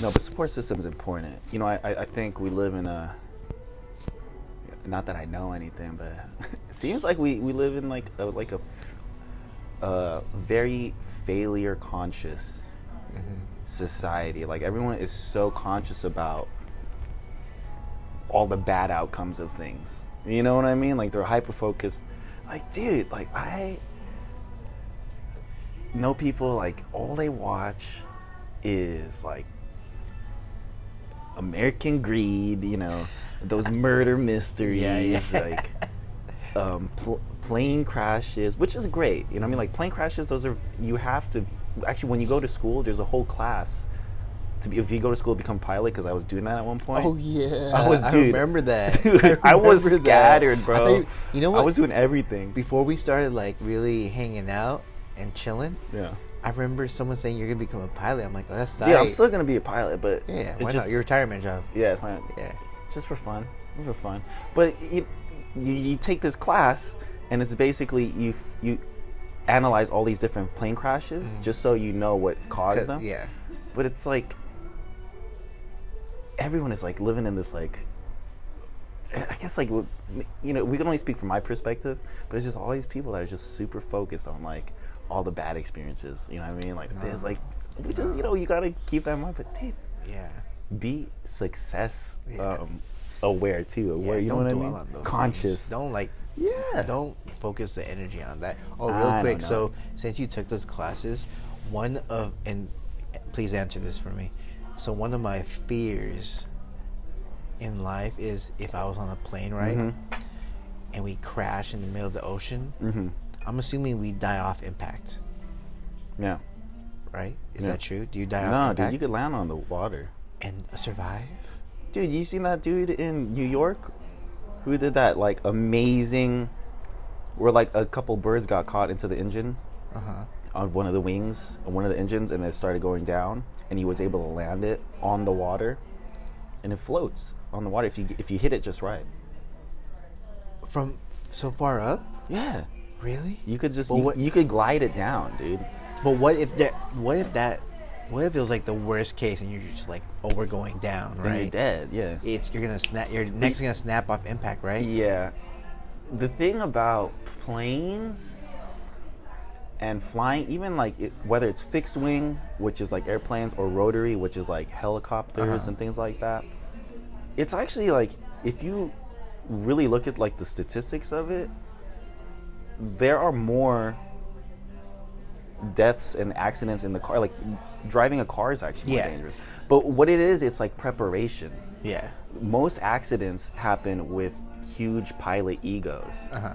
Speaker 2: No, but support system is important. You know, I, I I think we live in a. Not that I know anything, but it seems like we, we live in like a like a, a very failure conscious society. Like everyone is so conscious about all the bad outcomes of things. You know what I mean? Like they're hyper focused. Like, dude, like I know people like all they watch is like American Greed, you know, those murder mysteries,
Speaker 1: Yeah, yeah.
Speaker 2: like um, pl- plane crashes, which is great. You know, what I mean, like plane crashes, those are you have to actually when you go to school, there's a whole class to be if you go to school to become pilot because I was doing that at one point.
Speaker 1: Oh yeah,
Speaker 2: I was, dude.
Speaker 1: remember that.
Speaker 2: Dude, I, was
Speaker 1: remember that.
Speaker 2: scattered,
Speaker 1: I
Speaker 2: bro.
Speaker 1: think- you know what?
Speaker 2: I was doing everything.
Speaker 1: Before we started like really hanging out and chilling,
Speaker 2: yeah.
Speaker 1: I remember someone saying you're gonna become a pilot. I'm like, oh, that's
Speaker 2: Yeah, I'm
Speaker 1: tight.
Speaker 2: still gonna be a pilot, but
Speaker 1: yeah.
Speaker 2: it's
Speaker 1: Why
Speaker 2: just,
Speaker 1: not your retirement job?
Speaker 2: yeah, it's fine.
Speaker 1: Yeah,
Speaker 2: just for fun, just for fun. But you, you, you take this class, and it's basically you f- you analyze all these different plane crashes just so you know what caused them.
Speaker 1: Mm-hmm. Yeah.
Speaker 2: But it's like everyone is like living in this like I guess like w- you know we can only speak from my perspective, but it's just all these people that are just super focused on like all the bad experiences. You know what I mean? Like there's like
Speaker 1: Uh-huh.
Speaker 2: which is you know you gotta keep that in mind. But dude,
Speaker 1: Yeah.
Speaker 2: be success
Speaker 1: Yeah.
Speaker 2: um, aware too. Aware,
Speaker 1: yeah
Speaker 2: you know
Speaker 1: don't
Speaker 2: what I
Speaker 1: dwell
Speaker 2: mean?
Speaker 1: on those
Speaker 2: Conscious.
Speaker 1: things. Don't like
Speaker 2: Yeah.
Speaker 1: don't focus the energy on that. Oh,
Speaker 2: I
Speaker 1: real
Speaker 2: don't
Speaker 1: quick.
Speaker 2: know.
Speaker 1: So, since you took those classes, one of and please answer this for me. So, one of my fears in life is if I was on a plane, right,
Speaker 2: Mhm.
Speaker 1: and we crash in the middle of the ocean,
Speaker 2: Mm-hmm.
Speaker 1: I'm assuming we die off impact,
Speaker 2: Yeah.
Speaker 1: right? Is
Speaker 2: Yeah.
Speaker 1: that true? Do you die
Speaker 2: No,
Speaker 1: off
Speaker 2: dude,
Speaker 1: impact
Speaker 2: you could land on the water.
Speaker 1: and survive?
Speaker 2: Dude, you seen that dude in New York who did that like amazing where like a couple birds got caught into the engine
Speaker 1: Uh huh.
Speaker 2: on one of the wings on one of the engines and it started going down and he was able to land it on the water and it floats on the water if you if you hit it just right.
Speaker 1: From so far up,
Speaker 2: Yeah.
Speaker 1: really?
Speaker 2: You could just
Speaker 1: Well,
Speaker 2: you,
Speaker 1: what-
Speaker 2: you could glide it down, dude.
Speaker 1: But what if that? What if that? What if it was like the worst case, and you're just like, oh, we're going down,
Speaker 2: Then
Speaker 1: right?
Speaker 2: you're dead, yeah.
Speaker 1: It's you're gonna snap. Your neck's gonna snap off impact, right?
Speaker 2: Yeah. The thing about planes and flying, even like it, whether it's fixed wing, which is like airplanes, or rotary, which is like helicopters
Speaker 1: Uh-huh.
Speaker 2: and things like that, it's actually like if you really look at like the statistics of it, there are more deaths and accidents in the car. Like driving a car is actually more
Speaker 1: Yeah.
Speaker 2: dangerous. But what it is, it's like preparation
Speaker 1: Yeah.
Speaker 2: most accidents happen with huge pilot egos
Speaker 1: Uh huh.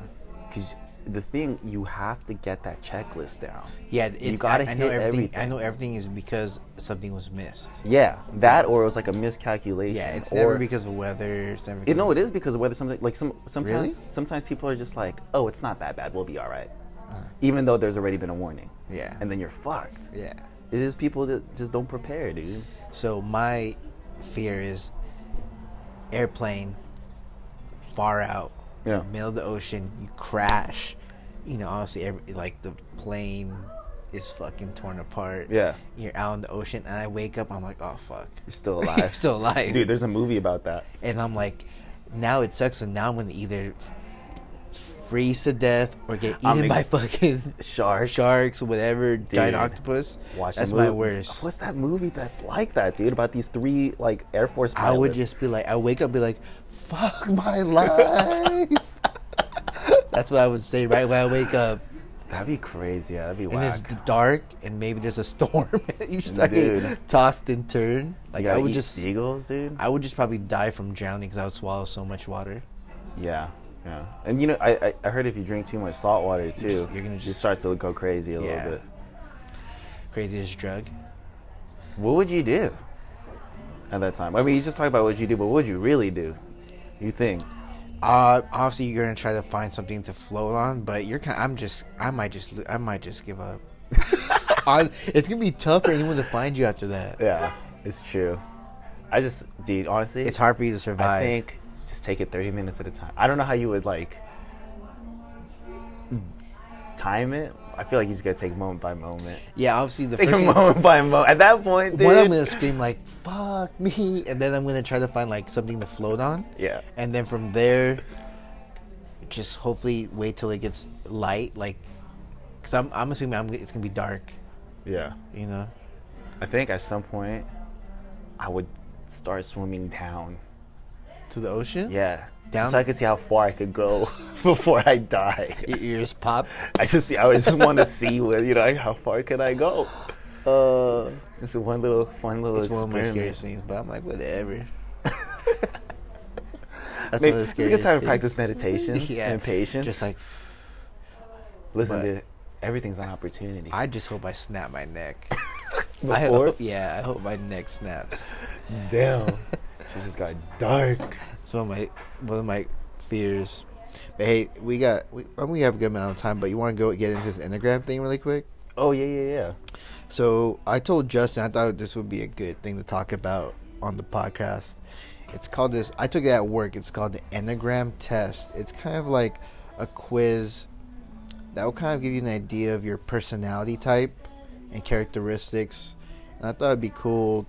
Speaker 2: because the thing you have to get that checklist down
Speaker 1: Yeah. It's,
Speaker 2: gotta
Speaker 1: I, I know
Speaker 2: hit
Speaker 1: everything, I
Speaker 2: everything.
Speaker 1: know everything is because something was missed.
Speaker 2: yeah that or it was like a miscalculation
Speaker 1: Yeah. It's
Speaker 2: or,
Speaker 1: never because of weather. It's never.
Speaker 2: you
Speaker 1: Because
Speaker 2: know it is because of whether something like some sometimes
Speaker 1: Really?
Speaker 2: sometimes people are just like oh it's not that bad we'll be all right even though there's already been a warning
Speaker 1: Uh-huh. Yeah.
Speaker 2: and then you're fucked
Speaker 1: yeah.
Speaker 2: it's just people that just don't prepare dude
Speaker 1: So my fear is airplane far out,
Speaker 2: yeah
Speaker 1: middle of the ocean, you crash. You know, obviously, every, like the plane is fucking torn apart.
Speaker 2: yeah
Speaker 1: You're out in the ocean, and I wake up. I'm like, oh fuck,
Speaker 2: you're still
Speaker 1: I'm
Speaker 2: alive
Speaker 1: still alive.
Speaker 2: dude there's a movie about that
Speaker 1: and I'm like, now it sucks, and now I'm gonna either freeze to death or get
Speaker 2: I'm
Speaker 1: eaten by
Speaker 2: gonna-
Speaker 1: fucking
Speaker 2: sharks
Speaker 1: sharks, whatever, giant
Speaker 2: Dude.
Speaker 1: octopus.
Speaker 2: Watch the
Speaker 1: That's my
Speaker 2: movie.
Speaker 1: worst.
Speaker 2: What's that movie that's like that, dude? About these three like Air Force
Speaker 1: I
Speaker 2: pilots.
Speaker 1: would just be like, I wake up, and be like, fuck my life. That's what I would say right when I wake up,
Speaker 2: that'd be crazy. Yeah, that'd be
Speaker 1: and it's
Speaker 2: whack.
Speaker 1: dark, and maybe there's a storm. you just like
Speaker 2: Dude.
Speaker 1: tossed and turned. Like
Speaker 2: You
Speaker 1: I
Speaker 2: gotta
Speaker 1: would
Speaker 2: eat
Speaker 1: just,
Speaker 2: seagulls, dude.
Speaker 1: I would just probably die from drowning because I would swallow so much water.
Speaker 2: yeah, yeah. And you know, I I- I heard if you drink too much salt water too,
Speaker 1: just- you're gonna
Speaker 2: you
Speaker 1: just-
Speaker 2: start to go crazy a
Speaker 1: Yeah.
Speaker 2: little bit.
Speaker 1: Craziest drug.
Speaker 2: What would you do at that time? I mean, you just talk about what you do, but what would you really do? You think?
Speaker 1: Uh, obviously you're gonna try to find something to float on, but you're kind. I'm just. I might just. lo- I might just give up. I, it's gonna be tough for anyone to find you after that.
Speaker 2: Yeah, it's true. I just, dude, honestly,
Speaker 1: It's hard for you to survive.
Speaker 2: I think just take it 30 minutes at a time. I don't know how you would like time it. I feel like he's gonna take moment by moment.
Speaker 1: yeah, obviously the
Speaker 2: Take
Speaker 1: first
Speaker 2: a
Speaker 1: thing,
Speaker 2: moment by moment. At that point, dude.
Speaker 1: one I'm gonna scream like "fuck me," and then I'm gonna try to find like something to float on,
Speaker 2: yeah.
Speaker 1: and then from there, just hopefully wait till it gets light, like, cause I'm I'm assuming I'm, it's gonna be dark,
Speaker 2: Yeah.
Speaker 1: you know.
Speaker 2: I think at some point I would start swimming down.
Speaker 1: To the ocean?
Speaker 2: Yeah.
Speaker 1: Down?
Speaker 2: So I could see how far I could go before I die.
Speaker 1: Your ears pop.
Speaker 2: I just see I would just want to see where you know like, how far can I go.
Speaker 1: Uh,
Speaker 2: Just one little fun little
Speaker 1: It's one of my
Speaker 2: experiment.
Speaker 1: scariest things, but I'm like, whatever. That's
Speaker 2: Maybe-
Speaker 1: one of the
Speaker 2: it's a good
Speaker 1: scariest
Speaker 2: time to practice
Speaker 1: things.
Speaker 2: meditation and patience.
Speaker 1: Just like,
Speaker 2: Listen,
Speaker 1: But-
Speaker 2: dude, everything's an opportunity.
Speaker 1: I just hope I snap my neck. I
Speaker 2: Before?
Speaker 1: hope, yeah, I hope my neck snaps.
Speaker 2: Damn. she just got dark.
Speaker 1: It's one of my one of my fears. But hey, we got we we have a good amount of time, but you want to go get into this enneagram thing really quick?
Speaker 2: Oh, yeah, yeah, yeah.
Speaker 1: So I told Justin I thought this would be a good thing to talk about on the podcast. It's called this. I took it at work. It's called the Enneagram Test. It's kind of like a quiz that will kind of give you an idea of your personality type and characteristics. And I thought it'd be cool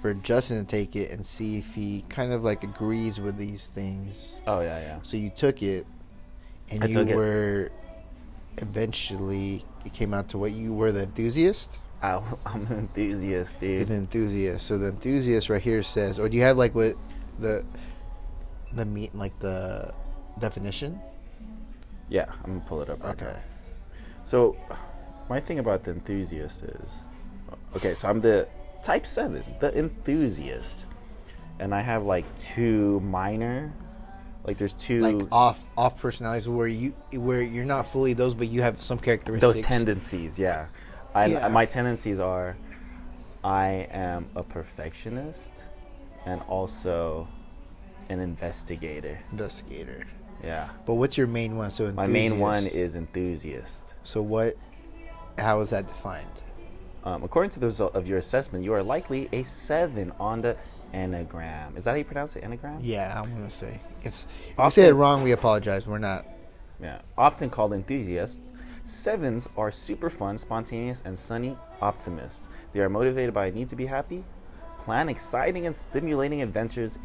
Speaker 1: for Justin to take it and see if he kind of like agrees with these things.
Speaker 2: Oh yeah, yeah.
Speaker 1: So you took it, and
Speaker 2: I
Speaker 1: you
Speaker 2: took it.
Speaker 1: were eventually it came out to what you were the enthusiast.
Speaker 2: I, I'm an enthusiast,
Speaker 1: You're the
Speaker 2: dude.
Speaker 1: enthusiast. So the enthusiast right here says, or do you have like what the the meat like the definition?
Speaker 2: Yeah, I'm gonna pull it up. Right
Speaker 1: Okay.
Speaker 2: now. So, my thing about the enthusiast is, okay, so I'm the type seven, the enthusiast, and I have like two minor, like there's two
Speaker 1: Like off off personalities where you where you're not fully those, but you have some characteristics.
Speaker 2: those tendencies. Yeah, I,
Speaker 1: Yeah.
Speaker 2: my tendencies are, I am a perfectionist, and also an investigator.
Speaker 1: investigator.
Speaker 2: Yeah,
Speaker 1: But what's your main one? So
Speaker 2: my main one
Speaker 1: enthusiast.
Speaker 2: is enthusiast.
Speaker 1: So what? How is that defined?
Speaker 2: Um, according to the result of your assessment, you are likely a seven on the anagram. Is that how you pronounce it? Anagram?
Speaker 1: Yeah, I'm gonna say if if I say it
Speaker 2: Often-
Speaker 1: wrong, we apologize. We're not.
Speaker 2: Yeah. Often called enthusiasts, sevens are super fun, spontaneous, and sunny optimists. They are motivated by a need to be happy, plan exciting and stimulating adventures,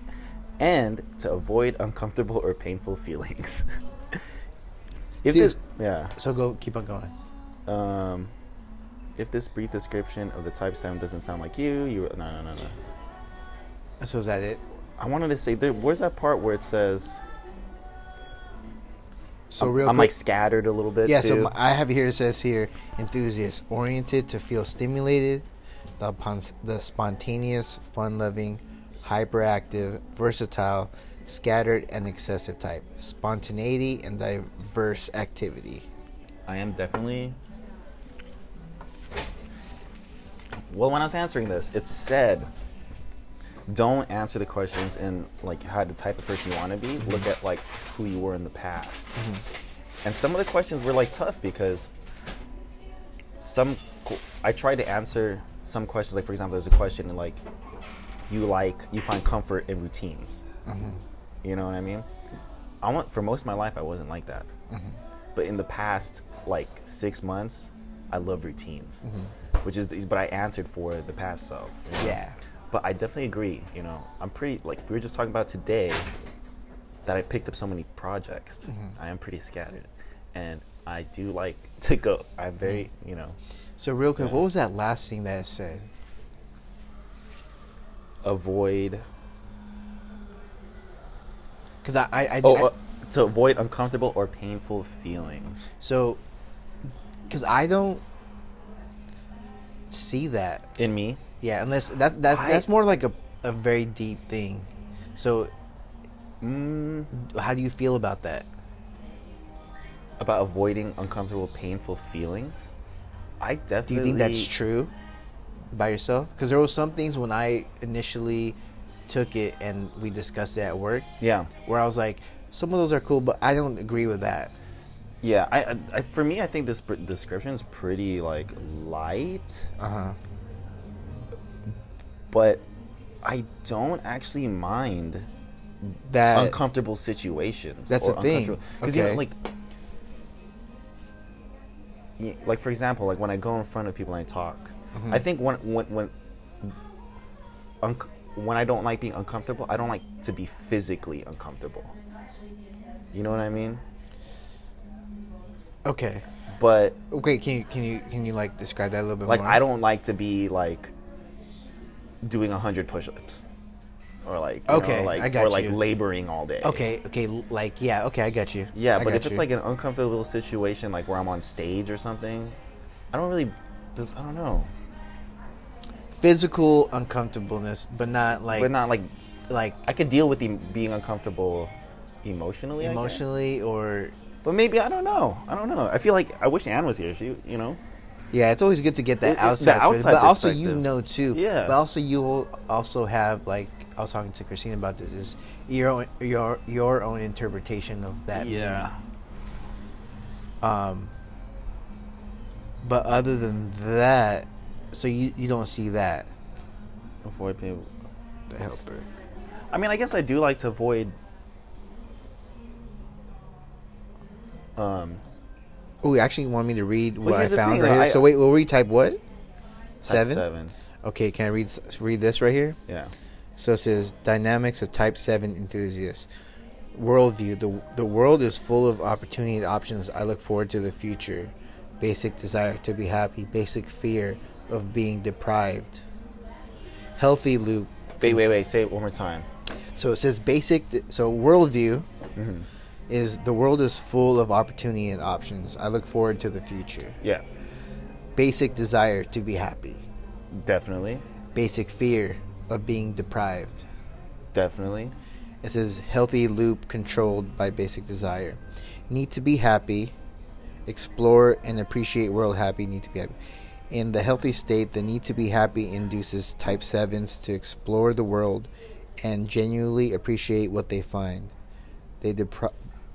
Speaker 2: and to avoid uncomfortable or painful feelings. if
Speaker 1: See,
Speaker 2: this, yeah.
Speaker 1: So go keep on going.
Speaker 2: Um, if this brief description of the type seven doesn't sound like you, you no no no no.
Speaker 1: So is that it?
Speaker 2: I wanted to say, there, where's that part where it says
Speaker 1: So
Speaker 2: I'm,
Speaker 1: real.
Speaker 2: I'm,
Speaker 1: quick,
Speaker 2: like scattered a little bit?
Speaker 1: yeah.
Speaker 2: Too.
Speaker 1: So my, I have here. It says here, enthusiast, oriented to feel stimulated, the, upon, the spontaneous, fun-loving, hyperactive, versatile, scattered, and excessive type. Spontaneity and diverse activity.
Speaker 2: I am definitely. Well, when I was answering this, it said, "Don't answer the questions in like how the type of person you want to be. Look at like who you were in the past." And some of the questions were like tough because some qu- I tried to answer some questions. Like for example, there's a question like, "You like you find comfort in routines." You know what I mean? I want for most of my life I wasn't like that. But in the past like six months, I love routines, which is but I answered for the past self. you know?
Speaker 1: Yeah.
Speaker 2: But I definitely agree. You know, I'm pretty like we were just talking about today that I picked up so many projects.
Speaker 1: Mm-hmm.
Speaker 2: I am pretty scattered, and I do like to go. I'm very
Speaker 1: Mm-hmm.
Speaker 2: you know
Speaker 1: So real quick, what was that last thing that it said?
Speaker 2: avoid
Speaker 1: Because I, I, I,
Speaker 2: oh
Speaker 1: I-
Speaker 2: uh, to avoid uncomfortable or painful feelings.
Speaker 1: So, because I don't see that.
Speaker 2: In me,
Speaker 1: Yeah, unless that's that's
Speaker 2: I-
Speaker 1: that's more like a a very deep thing. So,
Speaker 2: mm,
Speaker 1: how do you feel about that?
Speaker 2: about avoiding uncomfortable, painful feelings. I
Speaker 1: Do
Speaker 2: definitely
Speaker 1: you think that's true by yourself? Because there were some things when I initially took it and we discussed it at work
Speaker 2: Yeah,
Speaker 1: where I was like, some of those are cool, but I don't agree with that.
Speaker 2: yeah. I, I, I for me, I think this pr- description is pretty like light,
Speaker 1: Uh huh.
Speaker 2: but I don't actually mind
Speaker 1: That
Speaker 2: uncomfortable situations.
Speaker 1: that's the thing.
Speaker 2: Because you know,
Speaker 1: Okay.
Speaker 2: like, y- like for example, like when I go in front of people and I talk,
Speaker 1: Mhm.
Speaker 2: I think when when when unc when I don't like being uncomfortable, I don't like to be physically uncomfortable. You know what I mean?
Speaker 1: okay.
Speaker 2: But
Speaker 1: Okay, can you can you can you like describe that a little bit
Speaker 2: like
Speaker 1: more?
Speaker 2: I don't like to be like doing a hundred push-ups. Or like, you know,
Speaker 1: Okay,
Speaker 2: like
Speaker 1: I got
Speaker 2: or like
Speaker 1: you.
Speaker 2: laboring all day.
Speaker 1: Okay, okay, l- like yeah, okay, I got you.
Speaker 2: Yeah,
Speaker 1: I
Speaker 2: but
Speaker 1: got
Speaker 2: if it's
Speaker 1: you.
Speaker 2: like an uncomfortable situation, like where I'm on stage or something, I don't really. This, I don't know.
Speaker 1: physical uncomfortableness, but not like
Speaker 2: but not like
Speaker 1: like
Speaker 2: I could deal with the, being uncomfortable emotionally. I guess.
Speaker 1: emotionally or
Speaker 2: But maybe I don't know. I don't know. I feel like I wish Anne was here. She, you know.
Speaker 1: yeah, it's always good to get
Speaker 2: It-
Speaker 1: that
Speaker 2: it- the
Speaker 1: outside, perspective,
Speaker 2: outside
Speaker 1: but also you
Speaker 2: perspective.
Speaker 1: know too.
Speaker 2: Yeah.
Speaker 1: But also you will also have like I was talking to Christine about this is your own, your your own interpretation of that. meaning. Um. But other than that, so you you don't see that
Speaker 2: Avoid people.
Speaker 1: the helper.
Speaker 2: I mean, I guess I do like to avoid. Um,
Speaker 1: Oh, you actually want me to read
Speaker 2: Well,
Speaker 1: what I
Speaker 2: here's the
Speaker 1: found
Speaker 2: thing,
Speaker 1: right
Speaker 2: though,
Speaker 1: here?
Speaker 2: I-
Speaker 1: so wait, we'll retype what?
Speaker 2: That's
Speaker 1: Seven?
Speaker 2: Seven.
Speaker 1: Okay, can I read read this right here?
Speaker 2: Yeah.
Speaker 1: So it says dynamics of type seven enthusiasts. Worldview. The the world is full of opportunity and options. I look forward to the future. Basic desire to be happy. Basic fear of being deprived. Healthy loop.
Speaker 2: Wait, wait, wait. Say it one more time.
Speaker 1: So it says basic. So worldview
Speaker 2: hmm
Speaker 1: is the world is full of opportunity and options. I look forward to the future.
Speaker 2: Yeah,
Speaker 1: Basic desire to be happy.
Speaker 2: definitely,
Speaker 1: Basic fear of being deprived.
Speaker 2: definitely.
Speaker 1: It says healthy loop controlled by basic desire. Need to be happy. Explore and appreciate world happy. Need to be happy. In the healthy state, the need to be happy induces type 7s to explore the world and genuinely appreciate what they find. They depri-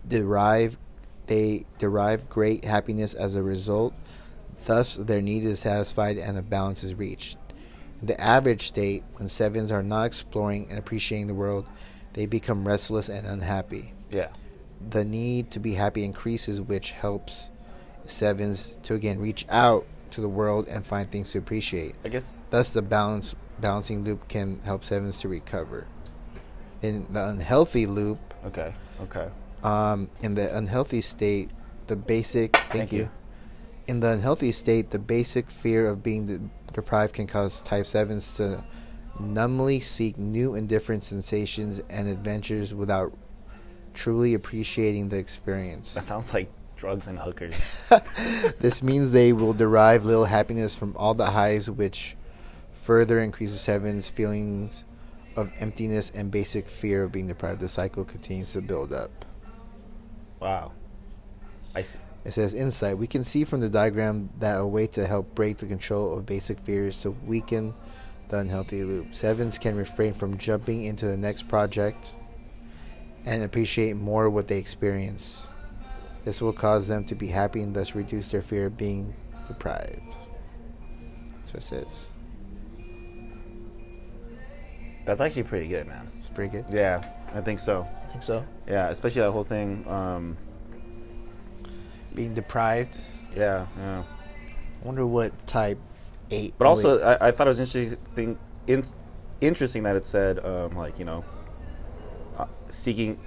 Speaker 1: derive they derive great happiness as a result. Thus, their need is satisfied and a balance is reached. The average state, when sevens are not exploring and appreciating the world, they become restless and unhappy.
Speaker 2: Yeah,
Speaker 1: The need to be happy increases, which helps sevens to again reach out to the world and find things to appreciate.
Speaker 2: I guess.
Speaker 1: Thus, the balance balancing loop can help sevens to recover. In the unhealthy loop,
Speaker 2: Okay, okay.
Speaker 1: um, in the unhealthy state, the basic thank,
Speaker 2: Thank
Speaker 1: you.
Speaker 2: you.
Speaker 1: In the unhealthy state, the basic fear of being de- deprived can cause type sevens to numbly seek new and different sensations and adventures without truly appreciating the experience.
Speaker 2: That sounds like drugs and hookers.
Speaker 1: this means they will derive little happiness from all the highs, which further increases sevens' feelings of emptiness and basic fear of being deprived. The cycle continues to build up.
Speaker 2: Wow. I see.
Speaker 1: It says insight. We can see from the diagram that a way to help break the control of basic fears to weaken the unhealthy loop. Sevens can refrain from jumping into the next project and appreciate more what they experience. This will cause them to be happy and thus reduce their fear of being deprived. That's what it says.
Speaker 2: That's actually pretty good, man.
Speaker 1: It's pretty good.
Speaker 2: Yeah, I think so.
Speaker 1: I think so.
Speaker 2: Yeah, especially that whole thing. Um,
Speaker 1: Being deprived.
Speaker 2: yeah, yeah.
Speaker 1: I wonder what type eight.
Speaker 2: But
Speaker 1: oh,
Speaker 2: also,
Speaker 1: wait.
Speaker 2: I, I thought it was interesting. In, interesting that it said, um, like you know, uh, seeking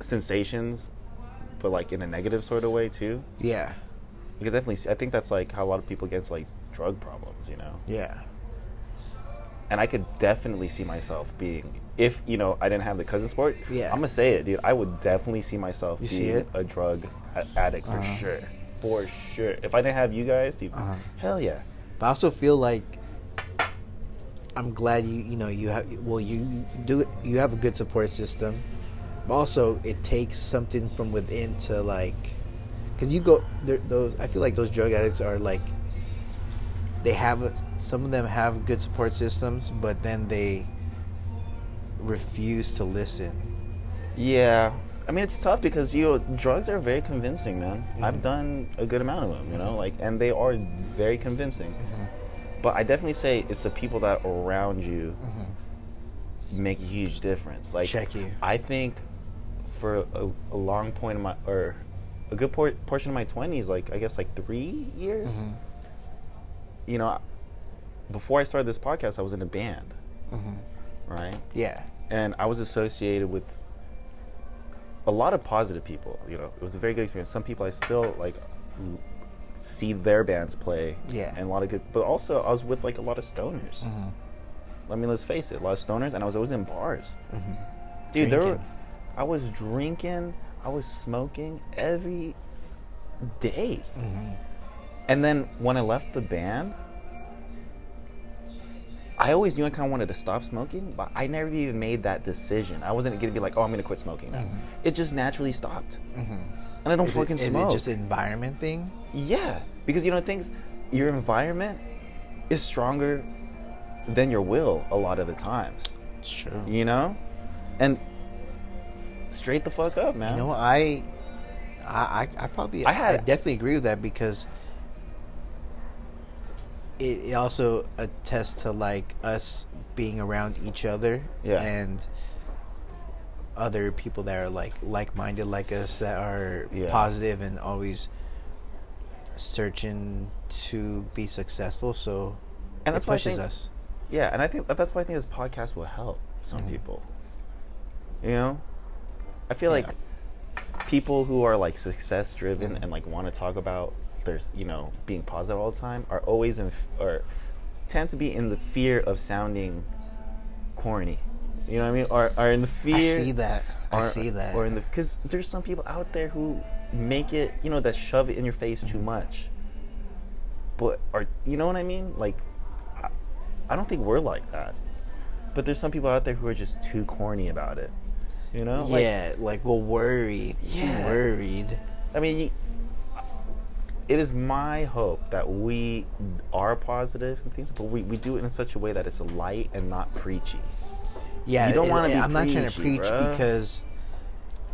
Speaker 2: sensations, but like in a negative sort of way too.
Speaker 1: yeah,
Speaker 2: You can definitely. See, I think that's like how a lot of people get into like drug problems. You know.
Speaker 1: yeah,
Speaker 2: and I could definitely see myself being if you know I didn't have the cousin sport.
Speaker 1: Yeah.
Speaker 2: I'm gonna say it, dude. I would definitely see myself
Speaker 1: You
Speaker 2: being
Speaker 1: see it?
Speaker 2: a drug a- addict for
Speaker 1: Uh-huh.
Speaker 2: sure, for sure. If I didn't have you guys, dude,
Speaker 1: Uh-huh.
Speaker 2: hell yeah,
Speaker 1: But I also feel like I'm glad you you know you have well you do it you have a good support system. But also it takes something from within to like cuz you go there- those I feel like those drug addicts are like they have a, some of them have good support systems but then they refuse to listen.
Speaker 2: yeah. I mean, it's tough because you know drugs are very convincing, man. I've
Speaker 1: Mhm.
Speaker 2: done a good amount of them, you know, like, and they are very convincing.
Speaker 1: Mm-hmm.
Speaker 2: But I definitely say it's the people that are around you make a huge difference. Like
Speaker 1: Mm-hmm. Check you.
Speaker 2: I think for a, a long point of my or a good por- portion of my twenties, like I guess like three years.
Speaker 1: Mm-hmm.
Speaker 2: You know, before I started this podcast, I was in a band,
Speaker 1: Mm-hmm.
Speaker 2: right?
Speaker 1: Yeah.
Speaker 2: And I was associated with a lot of positive people. You know, it was a very good experience. Some people I still like l- see their bands play.
Speaker 1: Yeah.
Speaker 2: And a lot of good, but also I was with like a lot of stoners.
Speaker 1: Mm-hmm.
Speaker 2: I mean, let's face it, a lot of stoners, and I was always in bars.
Speaker 1: Mm-hmm.
Speaker 2: Dude, there were,
Speaker 1: Drinking.
Speaker 2: I was drinking, I was smoking every day.
Speaker 1: Mm-hmm.
Speaker 2: And then when I left the band, I always knew I kind of wanted to stop smoking, but I never even made that decision. I wasn't going to be like, oh, I'm going to quit smoking. now."
Speaker 1: Mhm.
Speaker 2: It just naturally stopped.
Speaker 1: Mm-hmm.
Speaker 2: And I don't
Speaker 1: Is, it,
Speaker 2: Mm-hmm. fucking
Speaker 1: is
Speaker 2: smoke.
Speaker 1: it just an environment thing?
Speaker 2: Yeah, because you know things, your environment is stronger than your will a lot of the times.
Speaker 1: It's true.
Speaker 2: You know, and straight the fuck up, man.
Speaker 1: You know, I, I, I, I probably,
Speaker 2: I
Speaker 1: I,
Speaker 2: had-
Speaker 1: definitely agree with that because it, it also attests to like us being around each other
Speaker 2: Yeah.
Speaker 1: and other people that are like like-minded like us that are
Speaker 2: Yeah.
Speaker 1: positive and always searching to be successful, so it
Speaker 2: And that's why I
Speaker 1: pushes
Speaker 2: think-
Speaker 1: us.
Speaker 2: Yeah, and I think that's why I think this podcast will help some
Speaker 1: Mhm.
Speaker 2: people. You know, I feel
Speaker 1: Yeah.
Speaker 2: like people who are like success driven
Speaker 1: Mhm.
Speaker 2: and like want to talk about their you know being positive all the time are always in f- or tend to be in the fear of sounding corny. You know what I mean? Or are in the fear.
Speaker 1: I see that. I
Speaker 2: or-
Speaker 1: see that.
Speaker 2: Or in the because there's some people out there who make it, you know, that shove it in your face too much. But are you know what I mean? Like, I, I don't think we're like that. But there's some people out there who are just too corny about it. You know? Like,
Speaker 1: yeah, like we're worried. Too
Speaker 2: Yeah.
Speaker 1: worried.
Speaker 2: I mean, you, it is my hope that we are positive and things, but we, we do it in such a way that it's light and not preachy.
Speaker 1: Yeah,
Speaker 2: You don't
Speaker 1: it-
Speaker 2: wanna
Speaker 1: it-
Speaker 2: be
Speaker 1: I'm not trying to
Speaker 2: preachy,
Speaker 1: preach
Speaker 2: bruh.
Speaker 1: because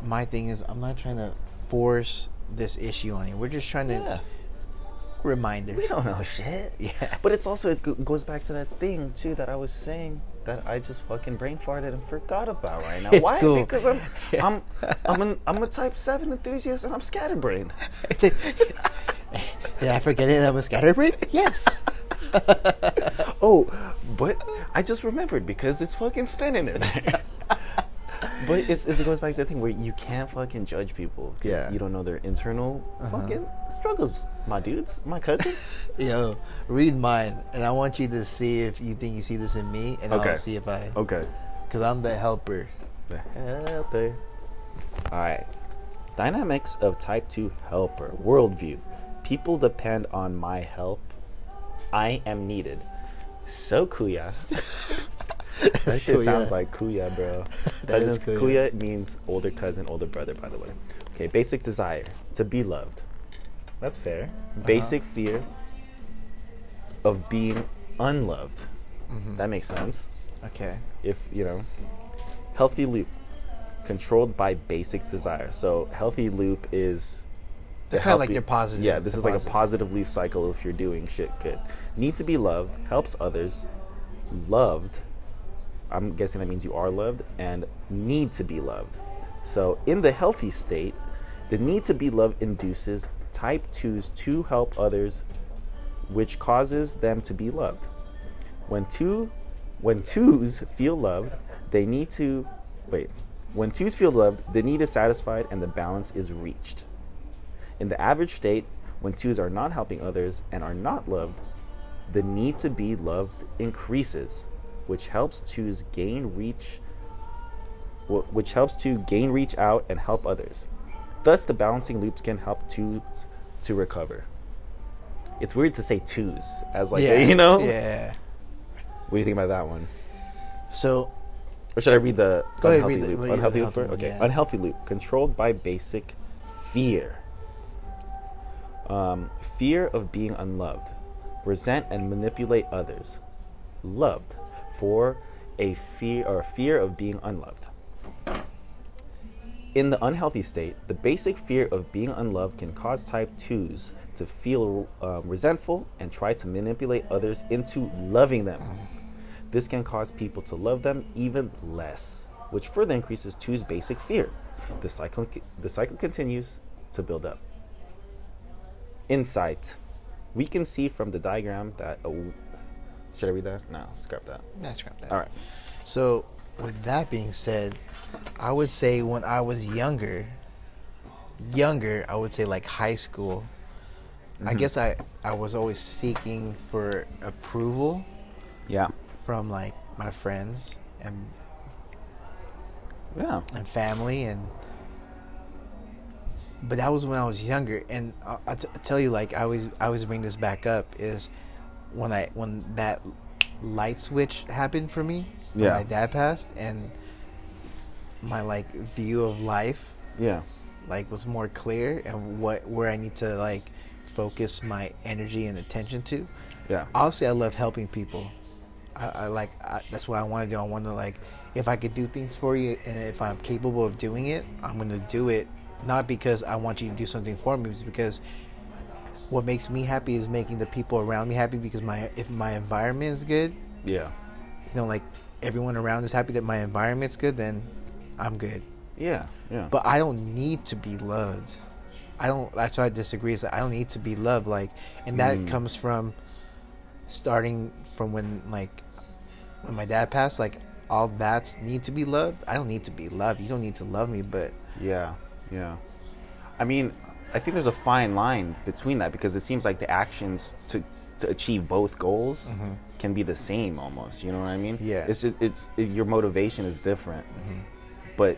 Speaker 1: my thing is I'm not trying to force this issue on you. We're just trying to
Speaker 2: Yeah.
Speaker 1: reminder.
Speaker 2: We don't know shit.
Speaker 1: Yeah.
Speaker 2: But it's also, it go- goes back to that thing, too, that I was saying that I just fucking brain farted and forgot about right now.
Speaker 1: It's
Speaker 2: Why?
Speaker 1: cool.
Speaker 2: Because I'm,
Speaker 1: Yeah.
Speaker 2: I'm, I'm, an, I'm a type 7 enthusiast and I'm scatterbrained.
Speaker 1: Did I forget it? I was scatterbrained. Yes.
Speaker 2: Oh, but I just remembered because it's fucking spinning in there. but it's, it's, it goes back to the thing where you can't fucking judge people. 'cause
Speaker 1: Yeah.
Speaker 2: You don't know their internal
Speaker 1: Uh-huh.
Speaker 2: fucking struggles. My dudes, my cousins.
Speaker 1: Yo, read mine, and I want you to see if you think you see this in me, and
Speaker 2: Okay. Oh.
Speaker 1: I'll see if I,
Speaker 2: okay.
Speaker 1: because I'm the helper.
Speaker 2: The helper. All right. Dynamics of type 2 helper. Worldview. People depend on my help. I am needed. So kuya. That shit
Speaker 1: Cool, yeah.
Speaker 2: sounds like kuya, bro.
Speaker 1: That is
Speaker 2: Cousins,
Speaker 1: kuya.
Speaker 2: kuya. means older cousin, older brother, by the way. Okay, basic desire to be loved. That's fair. Basic fear of being unloved. That makes sense.
Speaker 1: Okay.
Speaker 2: If you know, healthy loop controlled by basic desire. So healthy loop is
Speaker 1: They're
Speaker 2: to
Speaker 1: kind of
Speaker 2: help
Speaker 1: like
Speaker 2: you.
Speaker 1: they're positive.
Speaker 2: Yeah, this
Speaker 1: they're
Speaker 2: is like a positive leaf cycle if you're doing shit good. Need to be loved, helps others, loved. I'm guessing that means you are loved, and need to be loved. So, in the healthy state, the need to be loved induces type 2s to help others, which causes them to be loved. When two when twos feel loved, they need to wait. When twos feel loved, the need is satisfied and the balance is reached. In the average state, when twos are not helping others and are not loved, the need to be loved increases, which helps twos gain reach wh- which helps to gain reach out and help others. Thus the balancing loops can help twos to recover. It's weird to say twos as like
Speaker 1: yeah,
Speaker 2: you know.
Speaker 1: Yeah.
Speaker 2: What do you think about that one?
Speaker 1: So
Speaker 2: Or should I read the
Speaker 1: Go ahead,
Speaker 2: unhealthy
Speaker 1: read the-
Speaker 2: loop?
Speaker 1: read the
Speaker 2: unhealthy loop.
Speaker 1: healthy
Speaker 2: first?
Speaker 1: one,
Speaker 2: Okay.
Speaker 1: yeah.
Speaker 2: Unhealthy loop controlled by basic fear. Um, fear of being unloved, resent and manipulate others, loved for a fear or fear of being unloved. In the unhealthy state, the basic fear of being unloved can cause type 2s to feel um, resentful and try to manipulate others into loving them. This can cause people to love them even less, which further increases two's basic fear. The cycle, the cycle continues to build up. Insight. We can see from the diagram that. A, should I read that? No, scrap that.
Speaker 1: Nah, scrap that.
Speaker 2: All right.
Speaker 1: So, with that being said, I would say when I was younger, younger, I would say like high school, I guess I, I was always seeking for approval
Speaker 2: Yeah.
Speaker 1: from like my friends and,
Speaker 2: Yeah.
Speaker 1: and family and but that was when I was younger and I, I, t- I tell you like I always I always bring this back up is when I when that light switch happened for me when
Speaker 2: Yeah.
Speaker 1: my dad passed and my like view of life
Speaker 2: Yeah.
Speaker 1: like was more clear and what where I need to like focus my energy and attention to
Speaker 2: Yeah.
Speaker 1: obviously I love helping people. I, I like I, that's what I want to do. I want to like if I could do things for you and if I'm capable of doing it, I'm gonna do it. Not because I want you to do something for me, it's because what makes me happy is making the people around me happy. Because my if my environment is good,
Speaker 2: Yeah.
Speaker 1: you know, like everyone around is happy that my environment's good, then I'm good.
Speaker 2: Yeah. Yeah.
Speaker 1: But I don't need to be loved. I don't. That's why I disagree. Is that I don't need to be loved. Like, and that
Speaker 2: Mm.
Speaker 1: comes from starting from when like when my dad passed. Like, all that's need to be loved. I don't need to be loved. You don't need to love me, but
Speaker 2: Yeah, yeah. I mean, I think there's a fine line between that because it seems like the actions to to achieve both goals can be the same almost. You know what I mean?
Speaker 1: Mm-hmm. Yeah. Mm-hmm.
Speaker 2: It's just it's it, your motivation is different, but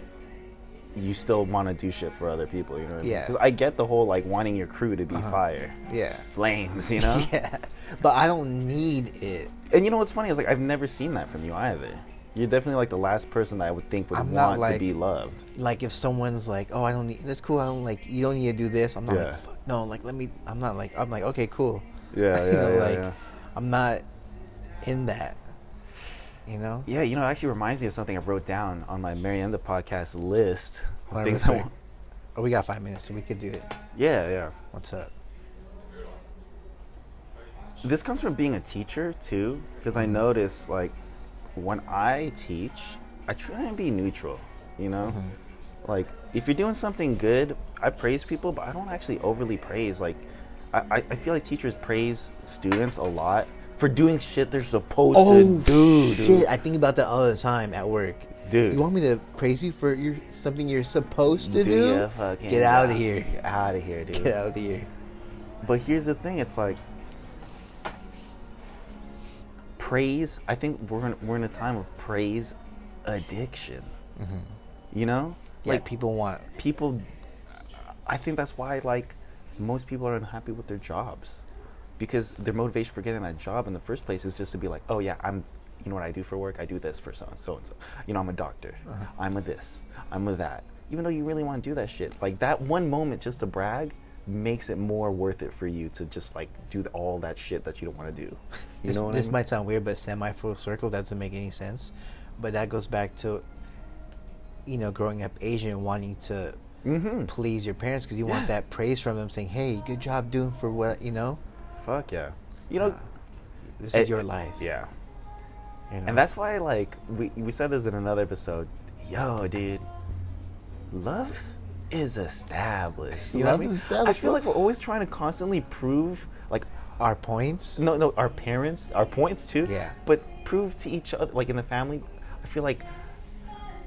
Speaker 2: you still want to do shit for other people. You know what I mean?
Speaker 1: Yeah.
Speaker 2: Because I get the whole like wanting your crew to be fire,
Speaker 1: yeah,
Speaker 2: flames. You know.
Speaker 1: yeah. But I don't need it.
Speaker 2: And you know what's funny is like I've never seen that from you either. You're definitely like the last person that I would think would
Speaker 1: I'm not
Speaker 2: want to
Speaker 1: like-
Speaker 2: be loved.
Speaker 1: Like, if someone's like, "Oh, I don't need. That's cool. I don't like. You don't need to do this." I'm not
Speaker 2: Yeah.
Speaker 1: like, Fuck, "No, like, let me." I'm not like. I'm like, okay, cool.
Speaker 2: Yeah,
Speaker 1: You know, like, I'm not in that. You know.
Speaker 2: Yeah, you know, it actually reminds me of something I wrote down on my Marienda podcast list. of
Speaker 1: Hold on
Speaker 2: things
Speaker 1: real
Speaker 2: I
Speaker 1: quick.
Speaker 2: want.
Speaker 1: Oh, we got five minutes, so we could do it.
Speaker 2: Yeah, yeah.
Speaker 1: What's up?
Speaker 2: This comes from being a teacher too, because
Speaker 1: Mm-hmm.
Speaker 2: I notice like when I teach, I try and be neutral. You know,
Speaker 1: Mm-hmm.
Speaker 2: like if you're doing something good, I praise people, but I don't actually overly praise. Like, I, I, I feel like teachers praise students a lot for doing shit they're supposed to do.
Speaker 1: Oh, shit!
Speaker 2: dude.
Speaker 1: I think about that all the time at work.
Speaker 2: Dude.
Speaker 1: you want me to praise you for your something you're supposed to do?
Speaker 2: ya fucking
Speaker 1: Get out of
Speaker 2: job.
Speaker 1: here!
Speaker 2: Get out of here, dude.
Speaker 1: Get out of here!
Speaker 2: But here's the thing: it's like praise. I think we're in, we're in a time of praise addiction. You know,
Speaker 1: Like
Speaker 2: like
Speaker 1: people want.
Speaker 2: people. I think that's why like most people are unhappy with their jobs, because their motivation for getting that job in the first place is just to be like, oh yeah, I'm. You know what I do for work? I do this for so and so and so. You know, I'm a doctor.
Speaker 1: Uh-huh.
Speaker 2: I'm a this. I'm a that. Even though you really want to do that shit, like that one moment just to brag makes it more worth it for you to just like do th- all that shit that you don't want to do. You
Speaker 1: this
Speaker 2: know what
Speaker 1: this
Speaker 2: I mean?
Speaker 1: might sound weird, but semi full circle that doesn't make any sense. But that goes back to, you know, growing up Asian and wanting to
Speaker 2: Mm-hmm.
Speaker 1: please your parents because you want
Speaker 2: Yeah.
Speaker 1: that praise from them, saying, "Hey, good job doing for what you know.
Speaker 2: Fuck yeah. You know.
Speaker 1: This
Speaker 2: it-
Speaker 1: is your life."
Speaker 2: Yeah.
Speaker 1: you know?
Speaker 2: And that's why, like, we, we said this in another episode. Yo, dude, love is established. You know
Speaker 1: Love
Speaker 2: what I mean?
Speaker 1: is established,
Speaker 2: I feel
Speaker 1: bro.
Speaker 2: like we're always trying to constantly prove, like,
Speaker 1: our points.
Speaker 2: no, no, our parents, our points too.
Speaker 1: Yeah.
Speaker 2: But prove to each other, like in the family, I feel like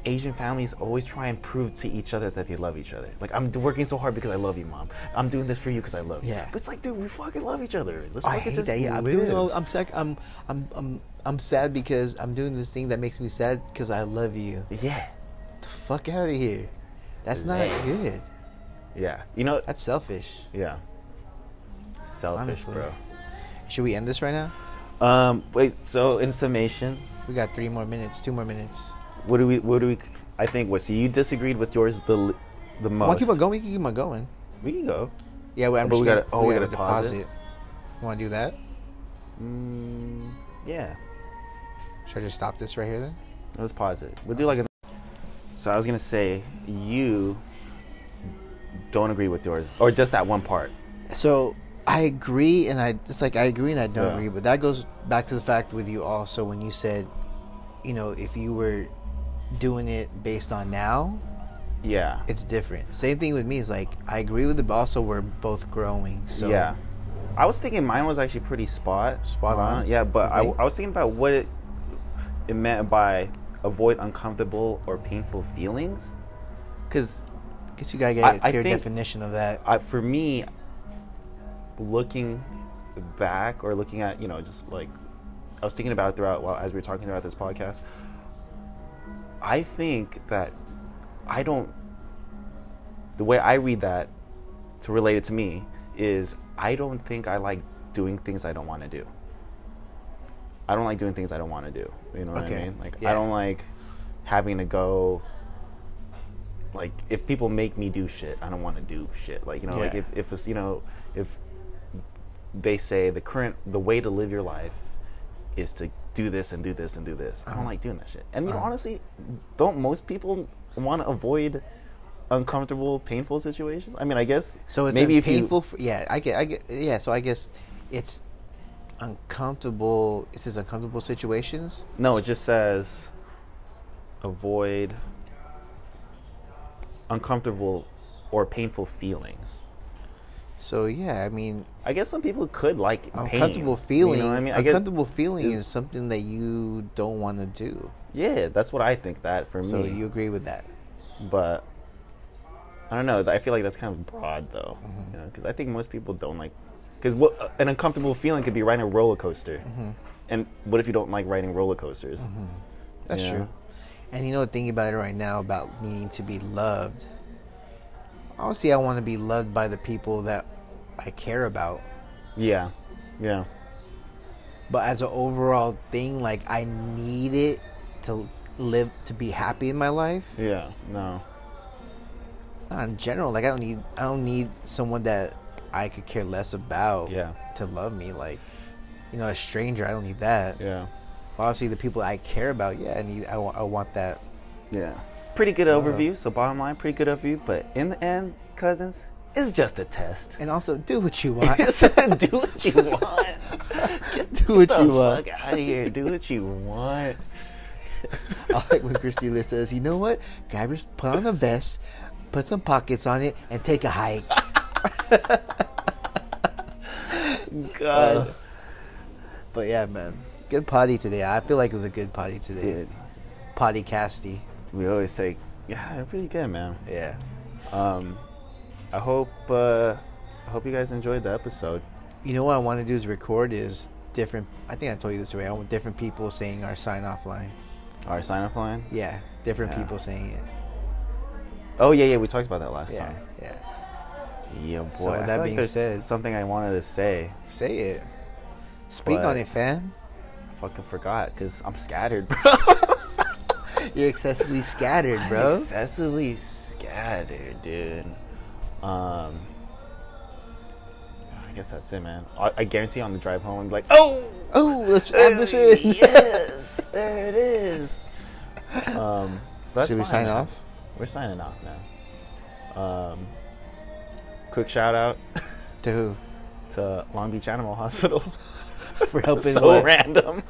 Speaker 2: Asian families always try and prove to each other that they love each other. Like, I'm working so hard because I love you, mom. I'm doing this for you because I love you.
Speaker 1: Yeah.
Speaker 2: But it's like, dude, we fucking love each other. Let's
Speaker 1: I
Speaker 2: fucking
Speaker 1: hate
Speaker 2: just
Speaker 1: that. Yeah, I'm
Speaker 2: live.
Speaker 1: doing. All, I'm sad. I'm, I'm, I'm, I'm sad because I'm doing this thing that makes me sad because I love you.
Speaker 2: yeah.
Speaker 1: Get the fuck out of here. That's not
Speaker 2: Yeah.
Speaker 1: good.
Speaker 2: Yeah. You know,
Speaker 1: That's selfish.
Speaker 2: Yeah. Selfish,
Speaker 1: Honestly. Should we end this right now?
Speaker 2: bro. Um, wait. So in summation,
Speaker 1: We got three more minutes. Two more minutes.
Speaker 2: what do we? What do we? I think what? So you disagreed with yours the l- the most.
Speaker 1: Want to keep on going? We can keep on going.
Speaker 2: We can go.
Speaker 1: Yeah, well, I'm
Speaker 2: But
Speaker 1: just
Speaker 2: we
Speaker 1: gonna-
Speaker 2: gotta- oh, we gotta pause it?
Speaker 1: Want to do that?
Speaker 2: Mm, yeah.
Speaker 1: Should I just stop this right here then?
Speaker 2: Let's pause it. We'll do like a. So I was gonna say you don't agree with yours, or just that one part.
Speaker 1: So I agree, and I it's like I agree and I don't
Speaker 2: Yeah.
Speaker 1: agree, but that goes back to the fact with you also when you said, you know, if you were doing it based on now,
Speaker 2: Yeah.
Speaker 1: it's different. Same thing with me is like I agree with it, but also we're both growing. So
Speaker 2: yeah. I was thinking mine was actually pretty spot
Speaker 1: Spot on?
Speaker 2: Yeah, but
Speaker 1: You
Speaker 2: I,
Speaker 1: think?
Speaker 2: I was thinking about what it it meant by avoid uncomfortable or painful feelings, because
Speaker 1: guess you gotta get
Speaker 2: I-
Speaker 1: a
Speaker 2: I
Speaker 1: clear
Speaker 2: think-
Speaker 1: definition of that.
Speaker 2: I, for me, looking back or looking at you know just like I was thinking about it throughout while as we were talking about this podcast, I think that I don't. The way I read that to relate it to me is I don't think I like doing things I don't want to do. I don't like doing things I don't want to do. You know what
Speaker 1: Okay,
Speaker 2: I mean? Like
Speaker 1: yeah.
Speaker 2: I don't like having to go like if people make me do shit, I don't want to do shit. Like you know, like
Speaker 1: Yeah.
Speaker 2: if if it's, you know if they say the current the way to live your life is to do this and do this and do this. I don't like doing that shit. And you know,
Speaker 1: Uh-huh.
Speaker 2: honestly, don't most people want to avoid uncomfortable, painful situations? I mean, I guess
Speaker 1: So it's
Speaker 2: maybe
Speaker 1: maybe
Speaker 2: if you-
Speaker 1: painful. for, yeah, I get, I get. Yeah, so I guess it's uncomfortable. It says uncomfortable situations.
Speaker 2: No, it just says avoid uncomfortable or painful feelings.
Speaker 1: So yeah, I mean,
Speaker 2: I guess some people could like pain.
Speaker 1: uncomfortable feeling.
Speaker 2: You know what I mean? I guess,
Speaker 1: uncomfortable feeling
Speaker 2: it-
Speaker 1: is something that you don't want to do.
Speaker 2: yeah, that's what I think that for
Speaker 1: So
Speaker 2: me.
Speaker 1: you agree with that?
Speaker 2: but I don't know. I feel like that's kind of broad though,
Speaker 1: Mm-hmm.
Speaker 2: you know, because I think most people don't like because what uh, an uncomfortable feeling could be riding a roller coaster,
Speaker 1: Mm-hmm.
Speaker 2: and what if you don't like riding roller coasters?
Speaker 1: That's
Speaker 2: Yeah.
Speaker 1: true. And you know, thinking about it right now about needing to be loved. Honestly, I want to be loved by the people that I care about.
Speaker 2: Yeah, yeah,
Speaker 1: But as an overall thing, like I need it to live to be happy in my life.
Speaker 2: yeah. No,
Speaker 1: Not in general, like I don't need I don't need someone that I could care less about
Speaker 2: Yeah.
Speaker 1: to love me. Like you know, a stranger, I don't need that.
Speaker 2: yeah,
Speaker 1: Obviously, the people I care about, yeah, I need I, wa- I want that.
Speaker 2: yeah. Pretty good
Speaker 1: Uh,
Speaker 2: overview. So bottom line, pretty good overview. But in the end, cousins, it's just a test.
Speaker 1: And also, do what you want.
Speaker 2: do what you want. Get
Speaker 1: Do what
Speaker 2: the
Speaker 1: you want.
Speaker 2: fuck out of here. Do what you want.
Speaker 1: I like when Christy Lee says, "You know what? Grab your put on a vest, put some pockets on it, and take a hike." uh,
Speaker 2: God.
Speaker 1: But yeah, man, good potty today. I feel like it was a good potty today.
Speaker 2: Dude,
Speaker 1: Potty casty.
Speaker 2: we always say, yeah, pretty good, man.
Speaker 1: Yeah.
Speaker 2: Um, I hope uh, I hope you guys enjoyed the episode.
Speaker 1: You know what I want to do is record is different. I think I told you this already. I want different people saying our sign off line.
Speaker 2: Our sign off line.
Speaker 1: Yeah, different
Speaker 2: Yeah.
Speaker 1: people saying it.
Speaker 2: Oh yeah, yeah, we talked about that last
Speaker 1: Yeah,
Speaker 2: time.
Speaker 1: yeah.
Speaker 2: Yeah, boy.
Speaker 1: with
Speaker 2: I
Speaker 1: that
Speaker 2: feel like
Speaker 1: being
Speaker 2: there's
Speaker 1: said-
Speaker 2: something I wanted to say,
Speaker 1: Say it. Speak
Speaker 2: But-
Speaker 1: on it, fam.
Speaker 2: I fucking forgot because I'm scattered, bro.
Speaker 1: You're excessively scattered,
Speaker 2: I'm
Speaker 1: bro.
Speaker 2: excessively scattered, dude. Um, I guess that's it, man. I, I guarantee on the drive home, I'm like, oh,
Speaker 1: Oh, let's establish it.
Speaker 2: yes, there it is. Um, that's
Speaker 1: Should we
Speaker 2: fine,
Speaker 1: sign
Speaker 2: man.
Speaker 1: off?
Speaker 2: We're signing off now. Um, quick shout out
Speaker 1: To who?
Speaker 2: to Long Beach Animal Hospital.
Speaker 1: For helping
Speaker 2: so
Speaker 1: what?
Speaker 2: random.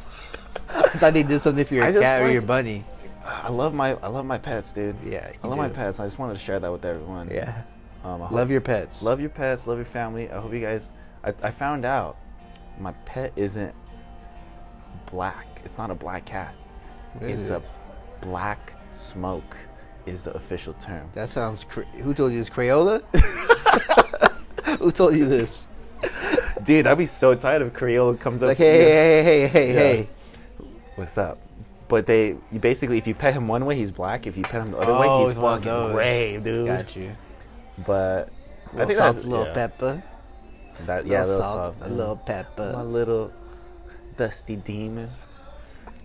Speaker 1: I thought they did something for your
Speaker 2: I just
Speaker 1: cat or
Speaker 2: like-
Speaker 1: your bunny.
Speaker 2: I love my I love my pets, dude.
Speaker 1: Yeah,
Speaker 2: I
Speaker 1: you
Speaker 2: love my
Speaker 1: do.
Speaker 2: pets. I just wanted to share that with everyone.
Speaker 1: Yeah.
Speaker 2: Um, I hope-
Speaker 1: Love your pets.
Speaker 2: love your pets. Love your family. I hope you guys. I, I found out my pet isn't black. It's not a black cat.
Speaker 1: What is
Speaker 2: it's
Speaker 1: it?
Speaker 2: a black smoke. Is the official term.
Speaker 1: That sounds. Cra- Who told you this? Crayola? Who told you this?
Speaker 2: Dude, I'd be so tired if Crayola comes up.
Speaker 1: Like,
Speaker 2: to
Speaker 1: hey,
Speaker 2: me.
Speaker 1: hey, hey, hey, hey,
Speaker 2: Yeah.
Speaker 1: hey.
Speaker 2: what's up? But they you basically, if you pet him one way, he's black. If you pet him the other
Speaker 1: Oh,
Speaker 2: way, he's
Speaker 1: it's one of
Speaker 2: fucking
Speaker 1: those.
Speaker 2: gray, dude.
Speaker 1: Got you.
Speaker 2: But I
Speaker 1: Little
Speaker 2: think
Speaker 1: salt,
Speaker 2: that's-
Speaker 1: little
Speaker 2: yeah.
Speaker 1: pepper.
Speaker 2: That, yeah,
Speaker 1: Yes,
Speaker 2: little
Speaker 1: salt,
Speaker 2: salt.
Speaker 1: a little
Speaker 2: My
Speaker 1: pepper.
Speaker 2: little dusty demon.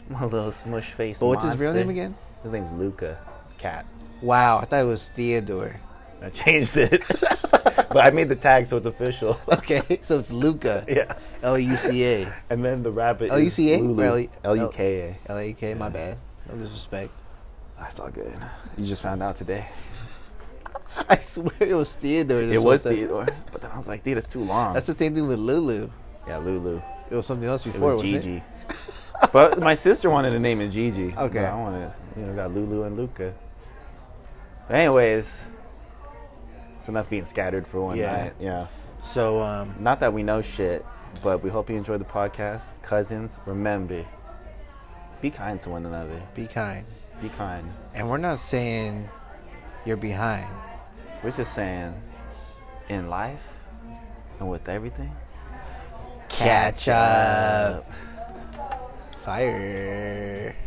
Speaker 2: My little smush face.
Speaker 1: But what's his real name again?
Speaker 2: His name's Luca Cat.
Speaker 1: Wow, I thought it was Theodore.
Speaker 2: I changed it, but I made the tag so it's official.
Speaker 1: Okay, so it's Luca.
Speaker 2: yeah,
Speaker 1: L U C A.
Speaker 2: and then the rabbit. is
Speaker 1: LUCA?
Speaker 2: Lulu.
Speaker 1: Or L-
Speaker 2: LUKA.
Speaker 1: L A K, my bad. No disrespect.
Speaker 2: That's Ah, all good. You just found out today.
Speaker 1: I swear it was Theodore. or
Speaker 2: It was
Speaker 1: something.
Speaker 2: Theodore, but then I was like, dude, it's too long.
Speaker 1: That's the same thing with Lulu.
Speaker 2: yeah, Lulu.
Speaker 1: It was something else
Speaker 2: It
Speaker 1: before,
Speaker 2: was
Speaker 1: was not it?
Speaker 2: Gigi. but my sister wanted to name it Gigi.
Speaker 1: Okay.
Speaker 2: But I wanted, you know, got Lulu and Luca. But anyways, it's enough being scattered for one
Speaker 1: Yeah.
Speaker 2: night. Yeah.
Speaker 1: So, um,
Speaker 2: Not that we know shit, but we hope you enjoyed the podcast. Cousins, remember, be kind to one another.
Speaker 1: be kind.
Speaker 2: Be kind.
Speaker 1: And we're not saying you're behind.
Speaker 2: We're just saying, in life and with everything,
Speaker 1: Catch up. Fire.